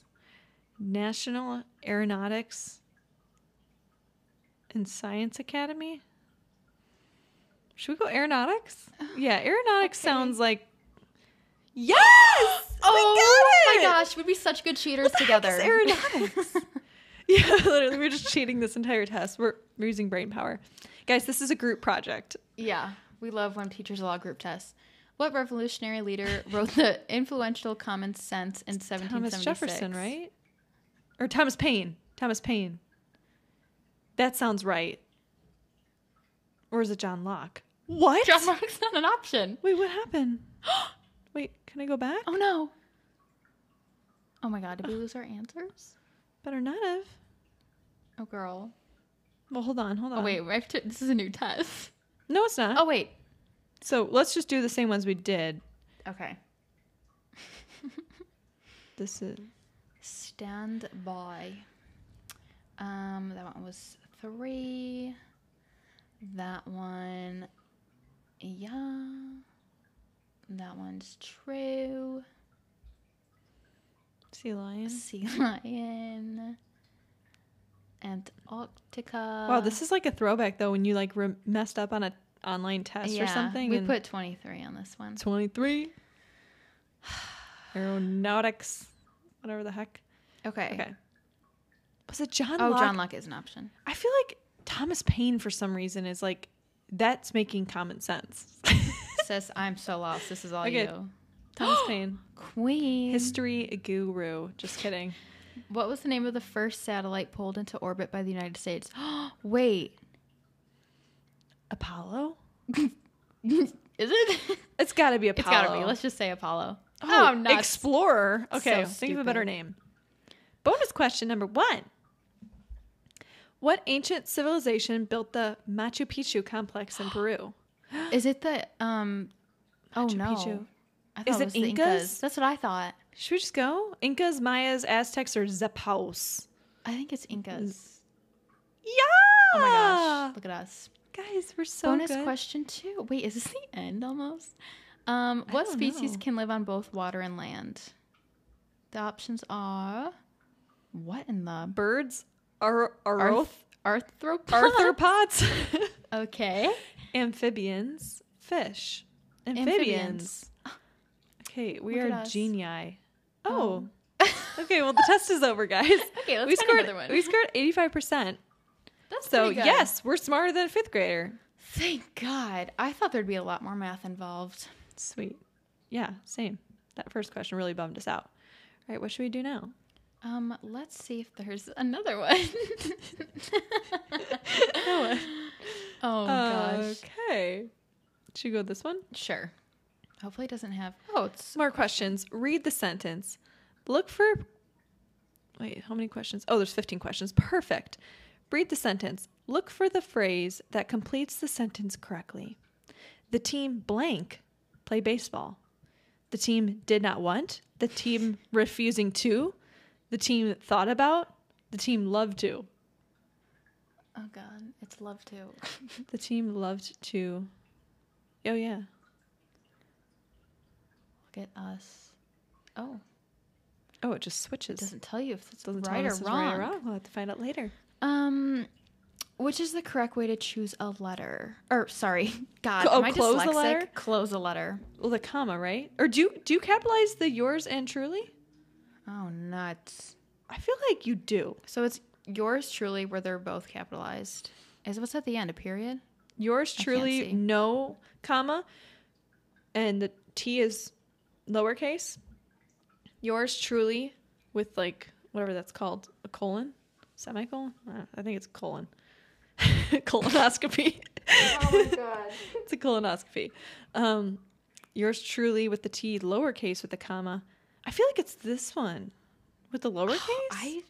[SPEAKER 2] National Aeronautics and Science Academy. Should we go aeronautics? Yeah, aeronautics
[SPEAKER 1] Okay.
[SPEAKER 2] sounds like yes.
[SPEAKER 1] Oh
[SPEAKER 2] we
[SPEAKER 1] my
[SPEAKER 2] got it!
[SPEAKER 1] gosh, we'd be such good cheaters
[SPEAKER 2] the heck
[SPEAKER 1] together.
[SPEAKER 2] is aeronautics? Yeah, literally, we're just cheating this entire test. We're, we're using brain power, guys. This is a group project.
[SPEAKER 1] yeah, we love when teachers allow group tests. What revolutionary leader wrote the influential Common Sense in
[SPEAKER 2] Thomas
[SPEAKER 1] 1776?
[SPEAKER 2] Jefferson, right? Or Thomas Paine. Thomas Paine. That sounds right. Or is it John Locke? What?
[SPEAKER 1] John Locke's not an option.
[SPEAKER 2] Wait, what happened? Wait, can I go back?
[SPEAKER 1] Oh no. Oh my god, did we lose our answers?
[SPEAKER 2] Better not have.
[SPEAKER 1] Oh girl.
[SPEAKER 2] Well, hold on, hold on.
[SPEAKER 1] Oh wait, we have to, this is a new test.
[SPEAKER 2] No, it's not.
[SPEAKER 1] Oh wait.
[SPEAKER 2] So let's just do the same ones we did.
[SPEAKER 1] Okay.
[SPEAKER 2] This is.
[SPEAKER 1] Stand by. Um, that one was three. That one, yeah. That one's true.
[SPEAKER 2] Sea lion.
[SPEAKER 1] Sea lion. Antarctica.
[SPEAKER 2] wow, this is like a throwback though. When you like re- messed up on a online test or
[SPEAKER 1] Yeah,
[SPEAKER 2] something.
[SPEAKER 1] We
[SPEAKER 2] and-
[SPEAKER 1] put 23 on this one.
[SPEAKER 2] 23 aeronautics whatever the heck
[SPEAKER 1] Okay.
[SPEAKER 2] okay was it john
[SPEAKER 1] Oh,
[SPEAKER 2] Locke?
[SPEAKER 1] John Locke is an option.
[SPEAKER 2] i feel like thomas paine for some reason is like That's making common sense.
[SPEAKER 1] Sis, I'm so lost. This is all
[SPEAKER 2] Okay.
[SPEAKER 1] you.
[SPEAKER 2] Thomas Paine,
[SPEAKER 1] Queen.
[SPEAKER 2] history guru. Just kidding.
[SPEAKER 1] what was the name of the first satellite pulled into orbit by the United States? Wait.
[SPEAKER 2] Apollo?
[SPEAKER 1] is it?
[SPEAKER 2] It's got to be Apollo.
[SPEAKER 1] It's gotta be. Let's just say Apollo. Oh, I'm not.
[SPEAKER 2] Explorer. Okay,
[SPEAKER 1] So
[SPEAKER 2] think of a better
[SPEAKER 1] stupid.
[SPEAKER 2] name. Bonus question number one. What ancient civilization built the Machu Picchu complex in Peru?
[SPEAKER 1] is it the um? Oh
[SPEAKER 2] Machu
[SPEAKER 1] no.
[SPEAKER 2] Picchu.
[SPEAKER 1] I thought
[SPEAKER 2] Is
[SPEAKER 1] it
[SPEAKER 2] it
[SPEAKER 1] was the
[SPEAKER 2] Incas?
[SPEAKER 1] Incas. That's what I thought.
[SPEAKER 2] Should we just go? Incas, Mayas, Aztecs, or Zapaus?
[SPEAKER 1] I think it's Incas.
[SPEAKER 2] Yeah!
[SPEAKER 1] Oh my gosh! Look at us.
[SPEAKER 2] Guys, we're Ah! so
[SPEAKER 1] Bonus
[SPEAKER 2] good.
[SPEAKER 1] question two. Wait, is this the end almost? Um, what
[SPEAKER 2] don't
[SPEAKER 1] species
[SPEAKER 2] know.
[SPEAKER 1] can live on both water and land? The options are what in the
[SPEAKER 2] Birds, ar-
[SPEAKER 1] Arth-
[SPEAKER 2] aroth,
[SPEAKER 1] arthropods?
[SPEAKER 2] arthropods,
[SPEAKER 1] Okay.
[SPEAKER 2] amphibians, fish, amphibians.
[SPEAKER 1] Amphibians.
[SPEAKER 2] Okay, we
[SPEAKER 1] Look at
[SPEAKER 2] are
[SPEAKER 1] us.
[SPEAKER 2] genii. Oh, okay. Well, the test is over, guys.
[SPEAKER 1] Okay, let's
[SPEAKER 2] we
[SPEAKER 1] find
[SPEAKER 2] scored.
[SPEAKER 1] another one.
[SPEAKER 2] We scored eighty-five percent.
[SPEAKER 1] That's
[SPEAKER 2] So
[SPEAKER 1] pretty good.
[SPEAKER 2] yes, we're smarter than a fifth grader.
[SPEAKER 1] Thank God. I thought there'd be a lot more math involved.
[SPEAKER 2] Sweet. Yeah, same. That first question really bummed us out. All right, what should we do now?
[SPEAKER 1] Um, let's see if there's another one. oh gosh.
[SPEAKER 2] Okay. Should we go with this one?
[SPEAKER 1] Sure. Hopefully it doesn't have Oh, it's
[SPEAKER 2] Some more questions. Read the sentence. Look for. Wait, how many questions? Oh, there's 15 questions. Perfect. Read the sentence. Look for the phrase that completes the sentence correctly. The team blank play baseball. The team did not want. The team refusing to. The team thought about. The team loved to.
[SPEAKER 1] Oh god, it's love too.
[SPEAKER 2] The team loved to. Oh, yeah.
[SPEAKER 1] Look at us. Oh,
[SPEAKER 2] Oh, it just
[SPEAKER 1] it
[SPEAKER 2] switches.
[SPEAKER 1] doesn't tell you if it's
[SPEAKER 2] Doesn't tell
[SPEAKER 1] right,
[SPEAKER 2] us
[SPEAKER 1] or
[SPEAKER 2] if it's
[SPEAKER 1] wrong.
[SPEAKER 2] right or wrong. We'll have to find out later.
[SPEAKER 1] Um, which is the correct way to choose a letter? Or sorry, God,
[SPEAKER 2] Oh,
[SPEAKER 1] am I
[SPEAKER 2] close a
[SPEAKER 1] dyslexic?
[SPEAKER 2] letter?
[SPEAKER 1] Close a letter.
[SPEAKER 2] Well, the comma, right? Or do do you capitalize the yours and truly?
[SPEAKER 1] Oh nuts!
[SPEAKER 2] I feel like you do.
[SPEAKER 1] So it's yours truly, where they're both capitalized. Is what's at the end a period?
[SPEAKER 2] Yours
[SPEAKER 1] can't see.
[SPEAKER 2] truly, no comma, and the t is lowercase. Yours truly, with like whatever that's called, a colon, semicolon. I don't- I think it's colon. colonoscopy. Oh my god. it's a colonoscopy. Um, yours truly with the t lowercase with the comma. I feel like it's this one with the lowercase.
[SPEAKER 1] Oh, I,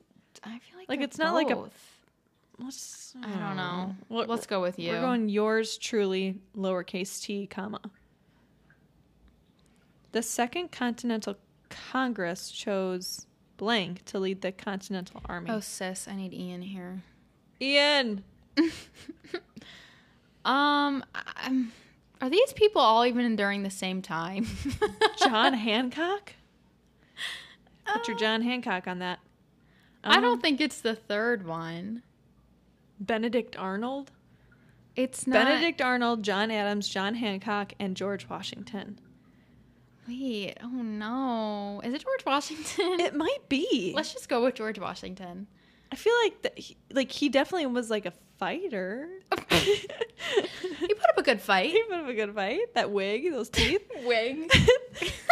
[SPEAKER 1] I feel like
[SPEAKER 2] Like,
[SPEAKER 1] they're
[SPEAKER 2] it's not like a-
[SPEAKER 1] both.
[SPEAKER 2] Let's,
[SPEAKER 1] I don't know.
[SPEAKER 2] What-
[SPEAKER 1] Let's go with you.
[SPEAKER 2] uh, We're going yours truly, lowercase t, comma. The Second Continental Congress chose blank to lead the Continental Army.
[SPEAKER 1] oh sis, I need Ian here.
[SPEAKER 2] Ian!
[SPEAKER 1] Um, I'm, are these people all even during the same time?
[SPEAKER 2] John Hancock? Put your
[SPEAKER 1] Uh,
[SPEAKER 2] John Hancock on that.
[SPEAKER 1] I
[SPEAKER 2] Um,
[SPEAKER 1] don't think it's the third one.
[SPEAKER 2] Benedict Arnold?
[SPEAKER 1] It's not.
[SPEAKER 2] Benedict Arnold, John Adams, John Hancock, and George Washington.
[SPEAKER 1] Wait, oh no. Is it George Washington?
[SPEAKER 2] It might be.
[SPEAKER 1] Let's just go with George Washington.
[SPEAKER 2] I feel like that he, like he definitely was like a fighter. he
[SPEAKER 1] He put up a good fight.
[SPEAKER 2] put up a good fight. That wig, those teeth.
[SPEAKER 1] Wig.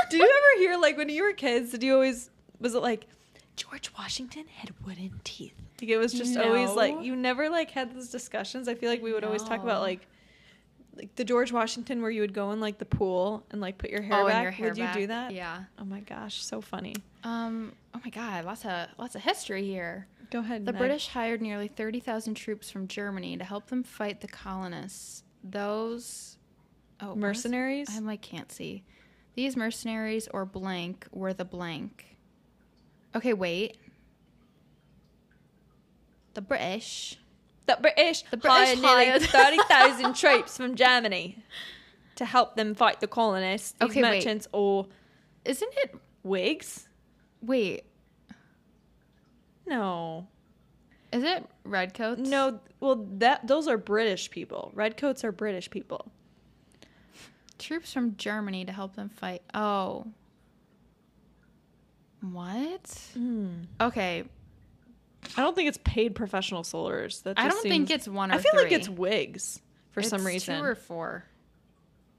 [SPEAKER 2] Do you ever hear like when you were kids? Did you always was it like George Washington had wooden teeth? Like it was just always
[SPEAKER 1] No.
[SPEAKER 2] like you never like had those discussions. I feel like we would always talk
[SPEAKER 1] No.
[SPEAKER 2] about like like the George Washington where you would go in like the pool and like put your hair
[SPEAKER 1] Oh, and
[SPEAKER 2] back.
[SPEAKER 1] your hair
[SPEAKER 2] would you do
[SPEAKER 1] back.
[SPEAKER 2] that?
[SPEAKER 1] Yeah.
[SPEAKER 2] Oh my gosh, so funny.
[SPEAKER 1] Um, oh my god, lots of lots of history here.
[SPEAKER 2] Go ahead.
[SPEAKER 1] The
[SPEAKER 2] Meg.
[SPEAKER 1] British hired nearly 30,000 troops from Germany to help them fight the colonists. Those oh, what is-
[SPEAKER 2] mercenaries.
[SPEAKER 1] I'm like can't see. These mercenaries or blank were the blank. Okay, wait. The British
[SPEAKER 2] The British, the British
[SPEAKER 1] British
[SPEAKER 2] hired nearly
[SPEAKER 1] hired-
[SPEAKER 2] 30,000 troops from Germany to help them fight the colonists, these
[SPEAKER 1] Okay, wait.
[SPEAKER 2] merchants, or
[SPEAKER 1] Isn't it
[SPEAKER 2] Whigs.
[SPEAKER 1] wait,
[SPEAKER 2] No.
[SPEAKER 1] is it redcoats?
[SPEAKER 2] No, well, that those are British people. Redcoats are British people.
[SPEAKER 1] Troops from Germany to help them fight. Oh. What?
[SPEAKER 2] Mm-hmm.
[SPEAKER 1] Okay.
[SPEAKER 2] I don't think it's paid professional soldiers. That
[SPEAKER 1] I
[SPEAKER 2] just
[SPEAKER 1] don't think
[SPEAKER 2] seems-
[SPEAKER 1] it's one or
[SPEAKER 2] I feel like it's
[SPEAKER 1] three.
[SPEAKER 2] Whigs for some
[SPEAKER 1] It's
[SPEAKER 2] reason.
[SPEAKER 1] Two or four.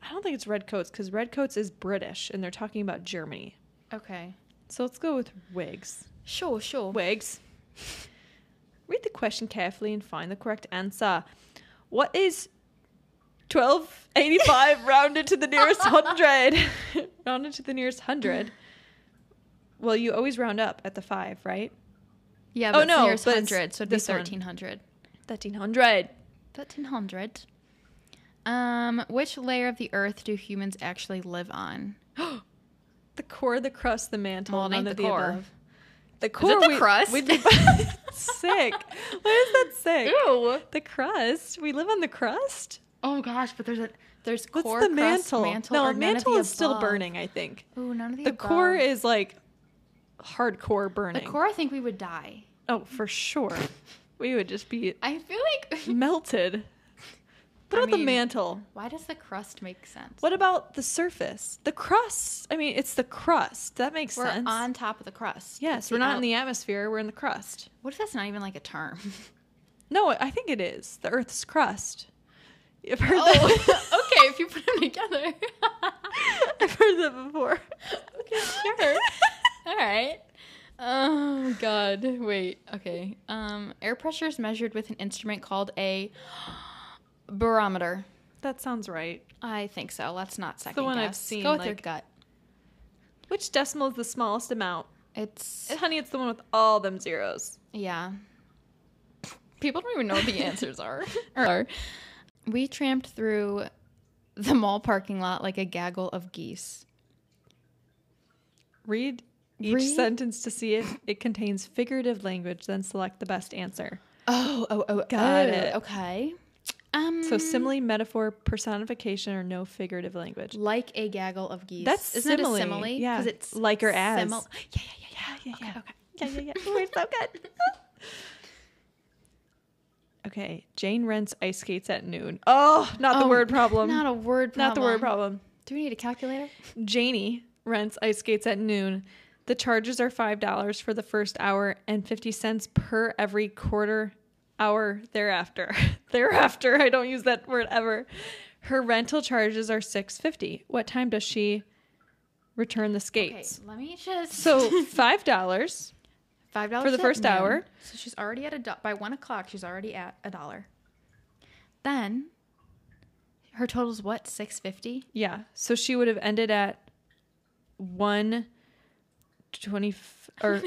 [SPEAKER 2] I don't think it's Redcoats because Redcoats is British and they're talking about Germany.
[SPEAKER 1] Okay.
[SPEAKER 2] So let's go with Whigs.
[SPEAKER 1] Sure, sure.
[SPEAKER 2] Wigs. Read the question carefully and find the correct answer. What is 1285 rounded to the nearest 100? rounded to the nearest 100. Well, you always round up at the 5, right?
[SPEAKER 1] Yeah,
[SPEAKER 2] Oh,
[SPEAKER 1] but
[SPEAKER 2] no,
[SPEAKER 1] no, it's
[SPEAKER 2] but it's
[SPEAKER 1] hundred, so it'd be
[SPEAKER 2] this one.
[SPEAKER 1] thirteen hundred.
[SPEAKER 2] 1300.
[SPEAKER 1] Thirteen hundred. Um, which layer of the earth do humans actually live on?
[SPEAKER 2] The core, the crust, the mantle,
[SPEAKER 1] Well, it
[SPEAKER 2] none
[SPEAKER 1] ain't
[SPEAKER 2] of
[SPEAKER 1] the
[SPEAKER 2] the,
[SPEAKER 1] core.
[SPEAKER 2] above. The core,
[SPEAKER 1] the
[SPEAKER 2] we-
[SPEAKER 1] crust?
[SPEAKER 2] we'd be- sick. Why is that sick?
[SPEAKER 1] Ew.
[SPEAKER 2] The crust. We live on the crust.
[SPEAKER 1] Oh gosh, but there's a there's
[SPEAKER 2] What's
[SPEAKER 1] core
[SPEAKER 2] the
[SPEAKER 1] crust,
[SPEAKER 2] mantle?
[SPEAKER 1] mantle
[SPEAKER 2] no,
[SPEAKER 1] or none of
[SPEAKER 2] mantle
[SPEAKER 1] the
[SPEAKER 2] is still
[SPEAKER 1] above.
[SPEAKER 2] burning. I think
[SPEAKER 1] Ooh, none of the
[SPEAKER 2] the core
[SPEAKER 1] above.
[SPEAKER 2] is like hardcore
[SPEAKER 1] the
[SPEAKER 2] burning.
[SPEAKER 1] core. I think we would die.
[SPEAKER 2] Oh, for sure. we would just be
[SPEAKER 1] I feel
[SPEAKER 2] Mm.
[SPEAKER 1] like.
[SPEAKER 2] melted. What
[SPEAKER 1] I
[SPEAKER 2] about the
[SPEAKER 1] mean-
[SPEAKER 2] mantle?
[SPEAKER 1] Why does the crust make sense?
[SPEAKER 2] What about the surface? The crust. I mean, it's the crust. That makes
[SPEAKER 1] We're
[SPEAKER 2] sense.
[SPEAKER 1] on top of the crust.
[SPEAKER 2] yes,
[SPEAKER 1] It's
[SPEAKER 2] we're not in
[SPEAKER 1] out-
[SPEAKER 2] the atmosphere. We're in the crust.
[SPEAKER 1] What if that's not even like a term?
[SPEAKER 2] No, I think it is the Earth's crust. I've heard
[SPEAKER 1] Oh,
[SPEAKER 2] that.
[SPEAKER 1] okay. If you put them together.
[SPEAKER 2] I've heard that before.
[SPEAKER 1] Okay, sure. All right. Oh God! Wait. Okay. Um, air pressure is measured with an instrument called a barometer.
[SPEAKER 2] That sounds right.
[SPEAKER 1] I think so. Let's not second
[SPEAKER 2] one I've
[SPEAKER 1] guess.
[SPEAKER 2] seen,
[SPEAKER 1] Go with your
[SPEAKER 2] like-
[SPEAKER 1] gut.
[SPEAKER 2] Which decimal is the smallest amount?
[SPEAKER 1] It's
[SPEAKER 2] Eh, Honey, it's the one with all them zeros.
[SPEAKER 1] yeah. People don't even know what the answers are. Or- we tramped through the mall parking lot like a gaggle of geese.
[SPEAKER 2] Read each
[SPEAKER 1] Read?
[SPEAKER 2] sentence to see if it contains figurative language, then select the best answer.
[SPEAKER 1] Oh, oh, oh,
[SPEAKER 2] Got
[SPEAKER 1] oh,
[SPEAKER 2] it.
[SPEAKER 1] Okay. Um,
[SPEAKER 2] So, simile, metaphor, personification, or no figurative language.
[SPEAKER 1] like a gaggle of geese.
[SPEAKER 2] That's
[SPEAKER 1] Isn't it a
[SPEAKER 2] simile.
[SPEAKER 1] simile?
[SPEAKER 2] Yeah.
[SPEAKER 1] 'Cause it's
[SPEAKER 2] Like or as.
[SPEAKER 1] simil- yeah, yeah, yeah, yeah, yeah,
[SPEAKER 2] yeah.
[SPEAKER 1] Okay, okay.
[SPEAKER 2] Yeah, yeah, yeah. We're so good. okay. Jane rents ice skates at noon. Oh, not the
[SPEAKER 1] Oh,
[SPEAKER 2] word problem.
[SPEAKER 1] Not a word problem.
[SPEAKER 2] Not the word problem.
[SPEAKER 1] Do we need a calculator?
[SPEAKER 2] Janie rents ice skates at noon. The charges are $5 for the first hour and 50 cents per every quarter hour thereafter. thereafter, I don't use that word ever. Her rental charges are 6.50. What time does she return the
[SPEAKER 1] Okay,
[SPEAKER 2] skates?
[SPEAKER 1] let me just.
[SPEAKER 2] So $5.
[SPEAKER 1] Five dollars
[SPEAKER 2] For the
[SPEAKER 1] at
[SPEAKER 2] first
[SPEAKER 1] noon.
[SPEAKER 2] hour.
[SPEAKER 1] So she's already at a do- by one o'clock. She's already at a dollar. Then her total is what six fifty.
[SPEAKER 2] Yeah. So she would have ended at 1 20 or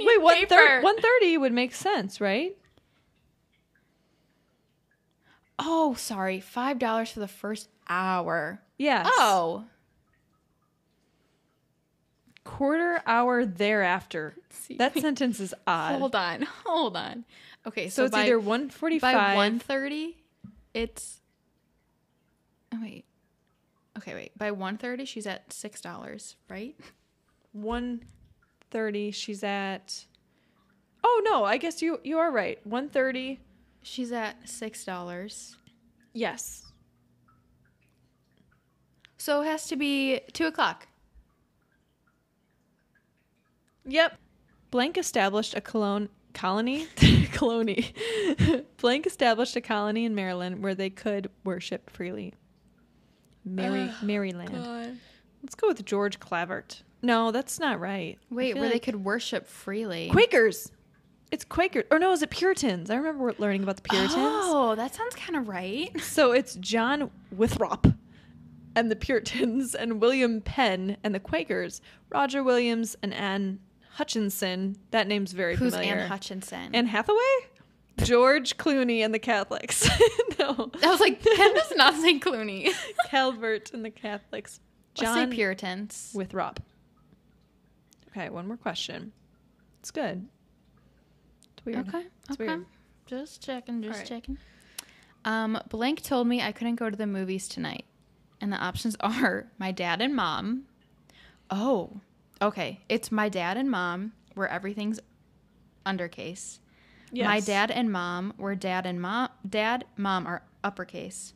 [SPEAKER 2] Wait, one thir- one thirty would make sense, right?
[SPEAKER 1] Oh, sorry, five dollars for the first hour.
[SPEAKER 2] Yes.
[SPEAKER 1] Oh,
[SPEAKER 2] quarter hour thereafter.
[SPEAKER 1] See.
[SPEAKER 2] That sentence is odd.
[SPEAKER 1] hold on, hold on. Okay,
[SPEAKER 2] so
[SPEAKER 1] so,
[SPEAKER 2] it's
[SPEAKER 1] by,
[SPEAKER 2] either
[SPEAKER 1] by
[SPEAKER 2] 145.
[SPEAKER 1] one thirty, it's. Oh wait, okay, wait. By one thirty, she's at six dollars, right?
[SPEAKER 2] 130. She's at. Oh, no. I guess you, you are right. 130.
[SPEAKER 1] She's at six dollars.
[SPEAKER 2] Yes.
[SPEAKER 1] So it has to be two o'clock.
[SPEAKER 2] Yep. Blank established a colon- colony. colony. Blank established a colony in Maryland where they could worship freely. Mary,
[SPEAKER 1] Ah,
[SPEAKER 2] Maryland. Let's go with George Clavert. No, that's not right. I
[SPEAKER 1] Wait,
[SPEAKER 2] feel
[SPEAKER 1] where they
[SPEAKER 2] like-
[SPEAKER 1] could worship freely.
[SPEAKER 2] Quakers. It's Quakers. Or no, is it Puritans? I remember learning about the Puritans.
[SPEAKER 1] Oh, that sounds kind of right.
[SPEAKER 2] So it's John Winthrop and the Puritans and William Penn and the Quakers, Roger Williams and Anne Hutchinson. That name's very
[SPEAKER 1] Who's
[SPEAKER 2] familiar.
[SPEAKER 1] Anne Hutchinson?
[SPEAKER 2] Anne Hathaway? George Clooney and the Catholics. no.
[SPEAKER 1] I was like, Ken does not say Clooney.
[SPEAKER 2] Calvert and the Catholics.
[SPEAKER 1] John
[SPEAKER 2] John
[SPEAKER 1] Puritans.
[SPEAKER 2] with Rob. Okay, one more question. It's good. It's weird.
[SPEAKER 1] Okay.
[SPEAKER 2] It's
[SPEAKER 1] okay.
[SPEAKER 2] weird.
[SPEAKER 1] Just checking. Just
[SPEAKER 2] right.
[SPEAKER 1] checking. Um, blank told me I couldn't go to the movies tonight, and the options are my dad and mom. Oh, okay. It's my dad and mom, where everything's undercase. My
[SPEAKER 2] Yes.
[SPEAKER 1] dad and mom, where dad and mom, dad, mom are uppercase.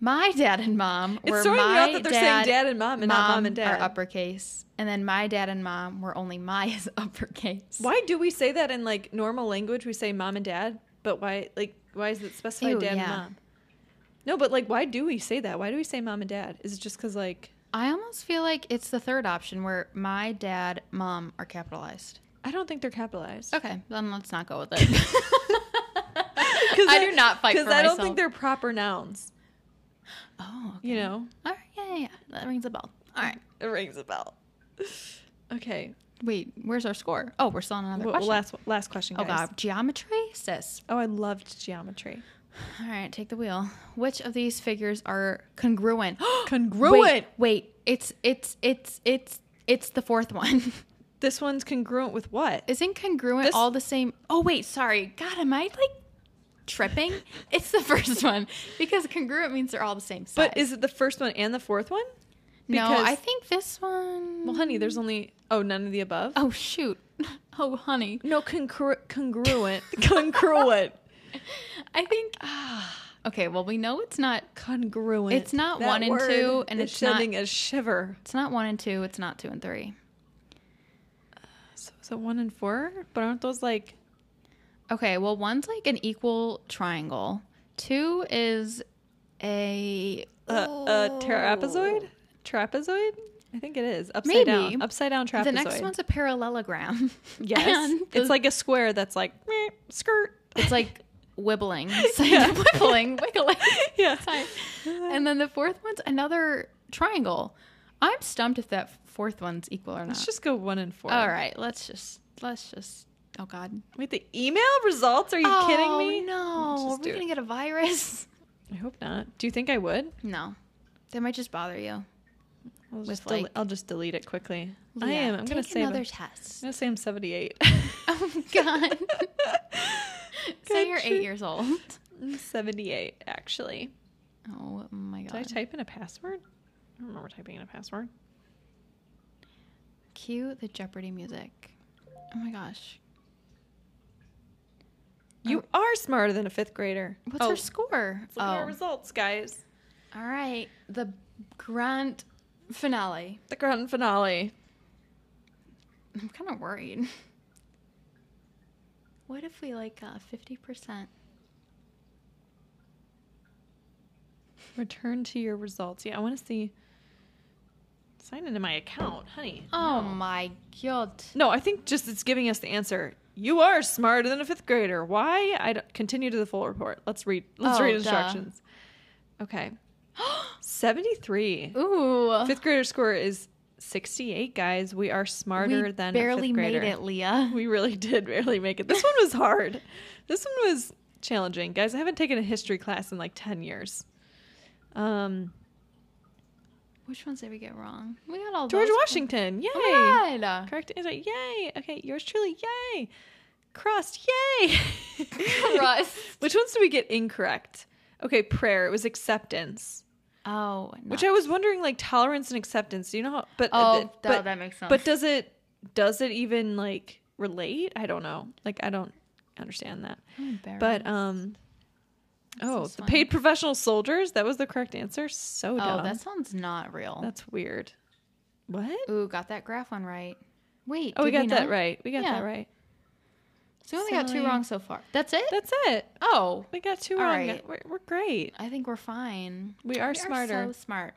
[SPEAKER 1] My dad and mom,
[SPEAKER 2] It's
[SPEAKER 1] where
[SPEAKER 2] throwing me
[SPEAKER 1] my
[SPEAKER 2] off that they're saying dad and mom and not mom and dad.
[SPEAKER 1] are uppercase, and then my dad and mom, where only my is uppercase.
[SPEAKER 2] Why do we say that in like normal language? We say mom and dad. But why like why is it specified
[SPEAKER 1] Ew,
[SPEAKER 2] dad and
[SPEAKER 1] yeah.
[SPEAKER 2] mom? No, but like why do we say that? Why do we say mom and dad? Is it just cuz like
[SPEAKER 1] I almost feel like it's the third option where my dad, mom are capitalized.
[SPEAKER 2] I don't think they're capitalized.
[SPEAKER 1] Okay, then let's not go with it. I
[SPEAKER 2] I-
[SPEAKER 1] do not fight for
[SPEAKER 2] I don't
[SPEAKER 1] myself.
[SPEAKER 2] think they're proper nouns,
[SPEAKER 1] Oh, okay.
[SPEAKER 2] you know.
[SPEAKER 1] All right, yeah, yeah, yeah. That rings a bell. All right.
[SPEAKER 2] It rings a bell. Okay.
[SPEAKER 1] Wait, where's our score? Oh, we're still on another
[SPEAKER 2] Well,
[SPEAKER 1] question.
[SPEAKER 2] last last question,
[SPEAKER 1] oh
[SPEAKER 2] guys.
[SPEAKER 1] god, geometry, sis.
[SPEAKER 2] Oh, I loved geometry.
[SPEAKER 1] All right, take the wheel. Which of these figures are congruent?
[SPEAKER 2] Congruent.
[SPEAKER 1] wait, wait. It's it's it's it's it's the fourth one.
[SPEAKER 2] This one's congruent with what?
[SPEAKER 1] Isn't congruent
[SPEAKER 2] This-
[SPEAKER 1] all the same? Oh wait, sorry. God, am I like tripping? it's the first one because congruent means they're all the same size.
[SPEAKER 2] But is it the first one and the fourth one?
[SPEAKER 1] no?
[SPEAKER 2] because-
[SPEAKER 1] I think this one.
[SPEAKER 2] Well, honey, there's only oh, none of the above.
[SPEAKER 1] Oh shoot. Oh honey.
[SPEAKER 2] No, congru- congruent, congruent,
[SPEAKER 1] I think.
[SPEAKER 2] Ah.
[SPEAKER 1] okay, well we know it's not.
[SPEAKER 2] congruent.
[SPEAKER 1] It's not one and two, and
[SPEAKER 2] is
[SPEAKER 1] it's not-
[SPEAKER 2] sending a shiver.
[SPEAKER 1] It's not one and two. It's not two and three.
[SPEAKER 2] So, so one and four, but aren't those like
[SPEAKER 1] Okay, well one's like an equal triangle. Two is a
[SPEAKER 2] a, a uh, trapezoid? Trapezoid? I think it is upside
[SPEAKER 1] Maybe.
[SPEAKER 2] down. Upside down trapezoid.
[SPEAKER 1] The next one's a parallelogram.
[SPEAKER 2] yes.
[SPEAKER 1] And
[SPEAKER 2] It's
[SPEAKER 1] the-
[SPEAKER 2] like a square that's like meh, skirt.
[SPEAKER 1] It's like wibbling, It's like
[SPEAKER 2] Yeah.
[SPEAKER 1] wibbling, wiggling.
[SPEAKER 2] Yeah.
[SPEAKER 1] Sorry. And then the fourth one's another triangle. I'm stumped if that fourth one's equal or not.
[SPEAKER 2] Let's just go one and four.
[SPEAKER 1] All right, let's just let's just. Oh God,
[SPEAKER 2] Wait, the email results? Are you
[SPEAKER 1] oh,
[SPEAKER 2] kidding me?
[SPEAKER 1] No,
[SPEAKER 2] Just
[SPEAKER 1] are we
[SPEAKER 2] do it.
[SPEAKER 1] gonna get a virus?
[SPEAKER 2] I hope not. Do you think I would?
[SPEAKER 1] No, they might just bother you.
[SPEAKER 2] I'll
[SPEAKER 1] With,
[SPEAKER 2] just, del-
[SPEAKER 1] like-
[SPEAKER 2] I'll just delete it quickly. I
[SPEAKER 1] Yeah,
[SPEAKER 2] am. I'm gonna
[SPEAKER 1] take
[SPEAKER 2] say. I'm
[SPEAKER 1] another
[SPEAKER 2] I'm
[SPEAKER 1] test.
[SPEAKER 2] gonna say I'm 78.
[SPEAKER 1] Oh God. so
[SPEAKER 2] Good
[SPEAKER 1] you're
[SPEAKER 2] shit.
[SPEAKER 1] eight years old.
[SPEAKER 2] I'm 78 actually.
[SPEAKER 1] Oh my
[SPEAKER 2] Did I
[SPEAKER 1] God.
[SPEAKER 2] type in a password? I don't remember typing in a password.
[SPEAKER 1] Cue the Jeopardy music. Oh my gosh.
[SPEAKER 2] You are smarter than a fifth grader. Oh.
[SPEAKER 1] What's her score? Oh.
[SPEAKER 2] Let's look at our results, guys.
[SPEAKER 1] All right, the grand finale.
[SPEAKER 2] The grand finale.
[SPEAKER 1] I'm kind of worried. What if we like got fifty percent?
[SPEAKER 2] Return to your results. Yeah, I want to see. Sign into my account, honey.
[SPEAKER 1] Oh my god!
[SPEAKER 2] No, I think just it's giving us the answer. You are smarter than a fifth grader. Why? I don't, continue to the full report. Let's read. Let's
[SPEAKER 1] Oh,
[SPEAKER 2] read
[SPEAKER 1] duh.
[SPEAKER 2] instructions. Okay, seventy-three.
[SPEAKER 1] Ooh,
[SPEAKER 2] Fifth grader score is sixty-eight. Guys, we are smarter
[SPEAKER 1] we
[SPEAKER 2] than a
[SPEAKER 1] barely
[SPEAKER 2] fifth grader.
[SPEAKER 1] made it, Leah.
[SPEAKER 2] We really did barely make it. This one was hard. This one was challenging, guys. I haven't taken a history class in like ten years. Um,
[SPEAKER 1] Which ones did we get wrong? We got all
[SPEAKER 2] George
[SPEAKER 1] those cor-
[SPEAKER 2] Washington. Yay!
[SPEAKER 1] Oh my god!
[SPEAKER 2] Correct answer. Yay. Okay, yours truly. Yay. Crust. Yay.
[SPEAKER 1] Crust.
[SPEAKER 2] Which ones do we get incorrect? Okay, prayer. It was acceptance,
[SPEAKER 1] Oh,
[SPEAKER 2] which
[SPEAKER 1] no.
[SPEAKER 2] I was wondering, like tolerance and acceptance. Do you know how? But uh,
[SPEAKER 1] oh,
[SPEAKER 2] but,
[SPEAKER 1] duh, that makes sense.
[SPEAKER 2] but does it does it even like relate? I don't know. Like I don't understand that.
[SPEAKER 1] I'm embarrassed.
[SPEAKER 2] But um, oh,
[SPEAKER 1] is
[SPEAKER 2] the
[SPEAKER 1] fun.
[SPEAKER 2] paid professional soldiers. That was the correct answer. So dumb.
[SPEAKER 1] oh, that sounds not real.
[SPEAKER 2] that's weird. What?
[SPEAKER 1] Ooh, got that graph one right. Wait.
[SPEAKER 2] Oh, we got
[SPEAKER 1] did
[SPEAKER 2] that
[SPEAKER 1] not?
[SPEAKER 2] right. We got
[SPEAKER 1] Yeah.
[SPEAKER 2] that right.
[SPEAKER 1] So we only got two
[SPEAKER 2] Silly.
[SPEAKER 1] wrong so far. That's it?
[SPEAKER 2] That's it.
[SPEAKER 1] oh.
[SPEAKER 2] We got two
[SPEAKER 1] All
[SPEAKER 2] wrong.
[SPEAKER 1] right.
[SPEAKER 2] We're, we're great.
[SPEAKER 1] I think we're fine.
[SPEAKER 2] We are
[SPEAKER 1] We
[SPEAKER 2] smarter.
[SPEAKER 1] so smart.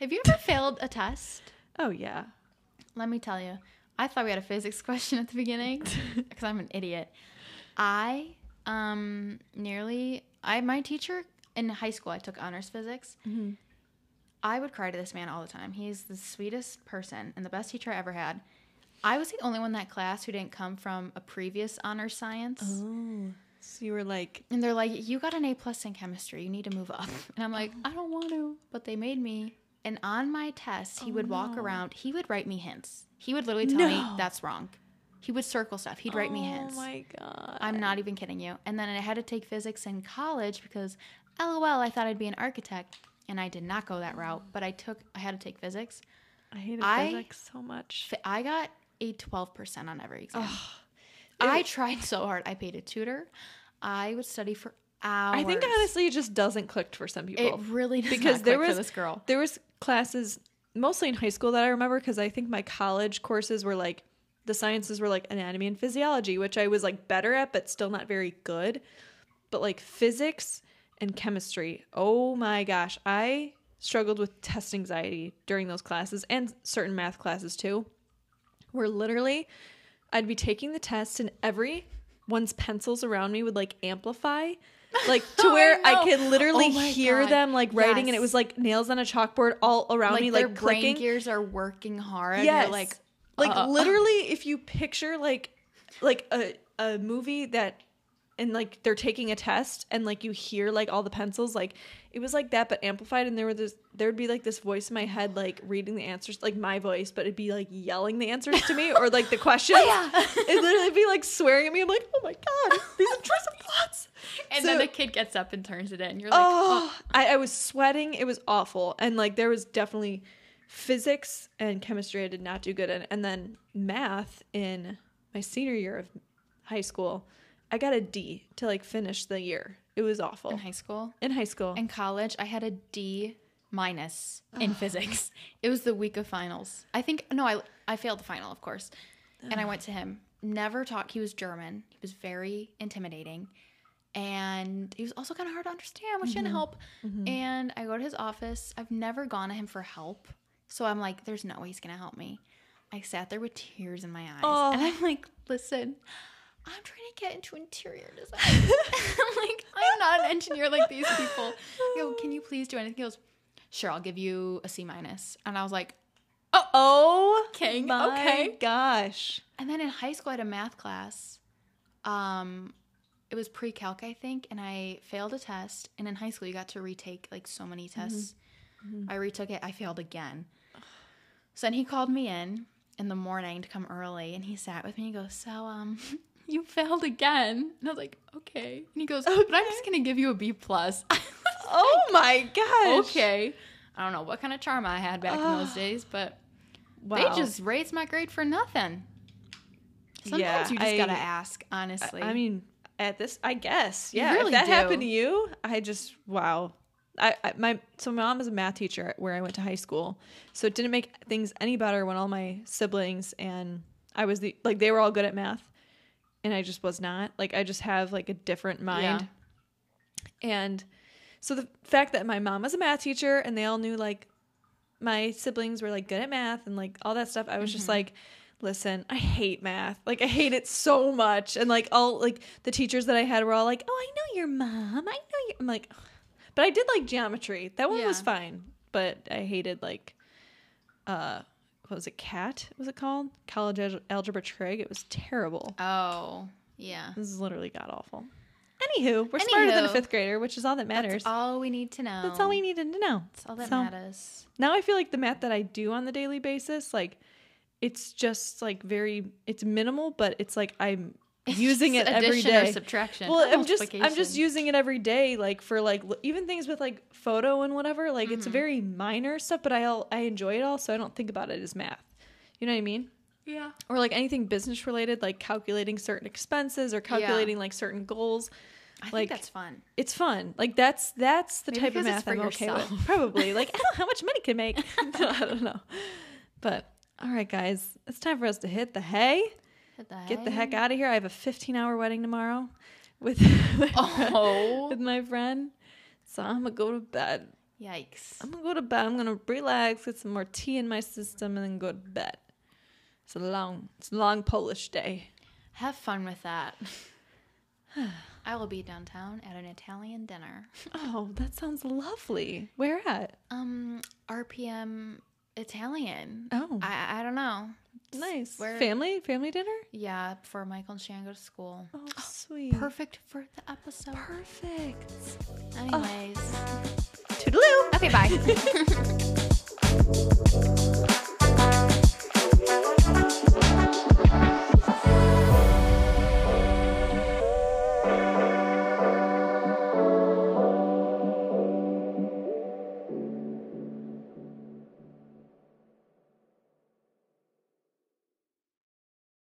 [SPEAKER 1] Have you ever failed a test?
[SPEAKER 2] Oh yeah.
[SPEAKER 1] Let me tell you. I thought we had a physics question at the beginning because I'm an idiot. I um nearly I my teacher in high school I took honors physics.
[SPEAKER 2] Mm-hmm.
[SPEAKER 1] I would cry to this man all the time. He's the sweetest person and the best teacher I ever had. I was the only one in that class who didn't come from a previous honors science.
[SPEAKER 2] Oh. So you were like,
[SPEAKER 1] And they're like, "You got an A plus in chemistry. You need to move up." And I'm like, "I don't want to," but they made me. And on my test, he would walk around. He would write me hints. He would literally tell me
[SPEAKER 2] Oh, No.
[SPEAKER 1] that's wrong. He would circle stuff. He'd write me hints.
[SPEAKER 2] Oh my god.
[SPEAKER 1] I'm not even kidding you. And then I had to take physics in college because, lol, I thought I'd be an architect, and I did not go that route. But I took. I had to take physics.
[SPEAKER 2] I hated
[SPEAKER 1] I-
[SPEAKER 2] physics so much.
[SPEAKER 1] Fi- I got a 12% on every exam. I tried so hard. I paid a tutor. I would study for hours.
[SPEAKER 2] I think honestly, it just doesn't click for some people.
[SPEAKER 1] It really does
[SPEAKER 2] because
[SPEAKER 1] not
[SPEAKER 2] there
[SPEAKER 1] click for
[SPEAKER 2] was
[SPEAKER 1] this girl.
[SPEAKER 2] There was classes mostly in high school that I remember because I think my college courses were like the sciences were like anatomy and physiology, which I was like better at but still not very good. but like physics and chemistry. Oh my gosh, I struggled with test anxiety during those classes and certain math classes too. Where literally I'd be taking the test and everyone's pencils around me would like amplify like to where I,
[SPEAKER 1] Oh, know.
[SPEAKER 2] could literally
[SPEAKER 1] Oh my
[SPEAKER 2] hear
[SPEAKER 1] God.
[SPEAKER 2] them like writing and
[SPEAKER 1] Yes.
[SPEAKER 2] it was like nails on a chalkboard all around
[SPEAKER 1] like
[SPEAKER 2] me
[SPEAKER 1] their
[SPEAKER 2] like
[SPEAKER 1] brain
[SPEAKER 2] clicking.
[SPEAKER 1] gears are working hard. Yeah,
[SPEAKER 2] Yes.
[SPEAKER 1] You're like
[SPEAKER 2] like
[SPEAKER 1] uh,
[SPEAKER 2] literally if you picture like like a a movie that and like they're taking a test and like you hear like all the pencils like it was like that but amplified and there were this there would be like this voice in my head like reading the answers like my voice but it'd be like yelling the answers to me or like the questions
[SPEAKER 1] Oh, yeah.
[SPEAKER 2] it literally be like swearing at me i'm like oh my god these intrusive thoughts
[SPEAKER 1] and
[SPEAKER 2] So-
[SPEAKER 1] then the kid gets up and turns it in. You're like,
[SPEAKER 2] oh, I, I was sweating. It was awful. And like there was definitely physics and chemistry I did not do good in. And then math in my senior year of high school, I got a D to like finish the year. It was awful.
[SPEAKER 1] in high school.
[SPEAKER 2] In high school.
[SPEAKER 1] In college, I had a D minus in physics. It was the week of finals. I think no, I I failed the final, of course. And I went to him. Never talked. He was German. He was very intimidating. And he was also kind of hard to understand, which didn't help. And I go to his office. I've never gone to him for help. So I'm like, there's no way he's going to help me. I sat there with tears in my eyes.
[SPEAKER 2] Oh.
[SPEAKER 1] And I'm like, listen, I'm trying to get into interior design. I'm like, I'm not an engineer like these people. I go, can you please do anything? He goes, sure, I'll give you a C minus. And I was like,
[SPEAKER 2] oh
[SPEAKER 1] Okay,
[SPEAKER 2] my
[SPEAKER 1] okay.
[SPEAKER 2] gosh.
[SPEAKER 1] and then in high school, I had a math class. Um, it was pre-calc, I think, and I failed a test. And in high school, you got to retake like so many
[SPEAKER 2] Mm-hmm.
[SPEAKER 1] tests. I retook it. I failed again. So then he called me in in the morning to come early, and he sat with me. and goes, "So, um, you failed again?" And I was like, "Okay." And he goes, "But I'm just gonna give you a B plus."
[SPEAKER 2] Oh my gosh.
[SPEAKER 1] okay. I don't know what kind of charm I had back in those days, but
[SPEAKER 2] Wow.
[SPEAKER 1] they just raised my grade for nothing. Sometimes
[SPEAKER 2] Yeah,
[SPEAKER 1] you just
[SPEAKER 2] I-
[SPEAKER 1] gotta ask, honestly.
[SPEAKER 2] I mean, at this, I guess,
[SPEAKER 1] You
[SPEAKER 2] yeah.
[SPEAKER 1] really
[SPEAKER 2] if that
[SPEAKER 1] do.
[SPEAKER 2] happened to you, I just wow. I, I my so my mom is a math teacher at where I went to high school, so it didn't make things any better when all my siblings and I was the like they were all good at math, and I just was not. Like I just have like a different mind. And so the fact that my mom was a math teacher and they all knew like my siblings were like good at math and like all that stuff, I was
[SPEAKER 1] Mm-hmm.
[SPEAKER 2] just like, listen, I hate math. Like I hate it so much. And like all like the teachers that I had were all like, oh, I know your mom. I know you. I'm like, but I did like geometry. That one was
[SPEAKER 1] Yeah.
[SPEAKER 2] fine. But I hated like, uh, what was it? Cat was it called? College Alge- algebra trig. It was terrible.
[SPEAKER 1] oh, yeah.
[SPEAKER 2] This is literally god awful. Anywho, we're smarter than a
[SPEAKER 1] Anywho.
[SPEAKER 2] fifth grader, which is all that matters.
[SPEAKER 1] That's all we need to know.
[SPEAKER 2] That's all we needed to know.
[SPEAKER 1] That's all that
[SPEAKER 2] So,
[SPEAKER 1] matters.
[SPEAKER 2] Now I feel like the math that I do on the daily basis, like it's just like very it's minimal, but it's like I'm using it
[SPEAKER 1] It's
[SPEAKER 2] every
[SPEAKER 1] addition
[SPEAKER 2] day.
[SPEAKER 1] Or subtraction.
[SPEAKER 2] Well,
[SPEAKER 1] or
[SPEAKER 2] I'm just I'm just
[SPEAKER 1] multiplication.
[SPEAKER 2] using it every day, like for like l- even things with like photo and whatever. Like
[SPEAKER 1] Mm-hmm.
[SPEAKER 2] it's very minor stuff, but I all I enjoy it all, so I don't think about it as math. You know what I mean?
[SPEAKER 1] Yeah.
[SPEAKER 2] Or like anything business related, like calculating certain expenses or calculating like certain goals
[SPEAKER 1] I
[SPEAKER 2] like-
[SPEAKER 1] think that's fun.
[SPEAKER 2] it's fun. Like that's that's the
[SPEAKER 1] Maybe
[SPEAKER 2] type of
[SPEAKER 1] because
[SPEAKER 2] math
[SPEAKER 1] it's for
[SPEAKER 2] I'm okay with.
[SPEAKER 1] yourself.
[SPEAKER 2] Probably like oh, how much money can I make. I don't know. But all right, guys, it's time for us to hit the hay. Get the heck out of here. I have a 15 hour wedding tomorrow with my friend-
[SPEAKER 1] Oh.
[SPEAKER 2] with my friend. So I'm gonna go to bed.
[SPEAKER 1] Yikes.
[SPEAKER 2] I'm gonna go to bed. I'm gonna relax, get some more tea in my system, and then go to bed. It's a long, it's a long Polish day.
[SPEAKER 1] Have fun with that. I will be downtown at an Italian dinner.
[SPEAKER 2] Oh, that sounds lovely. Where at?
[SPEAKER 1] Um, RPM Italian.
[SPEAKER 2] Oh,
[SPEAKER 1] I I don't know.
[SPEAKER 2] nice.
[SPEAKER 1] where-
[SPEAKER 2] Family, family dinner.
[SPEAKER 1] Yeah, before Michael and Shan go to school.
[SPEAKER 2] Oh, sweet.
[SPEAKER 1] Perfect for the episode.
[SPEAKER 2] Perfect.
[SPEAKER 1] Anyways.
[SPEAKER 2] Toodaloo.
[SPEAKER 1] Okay, bye.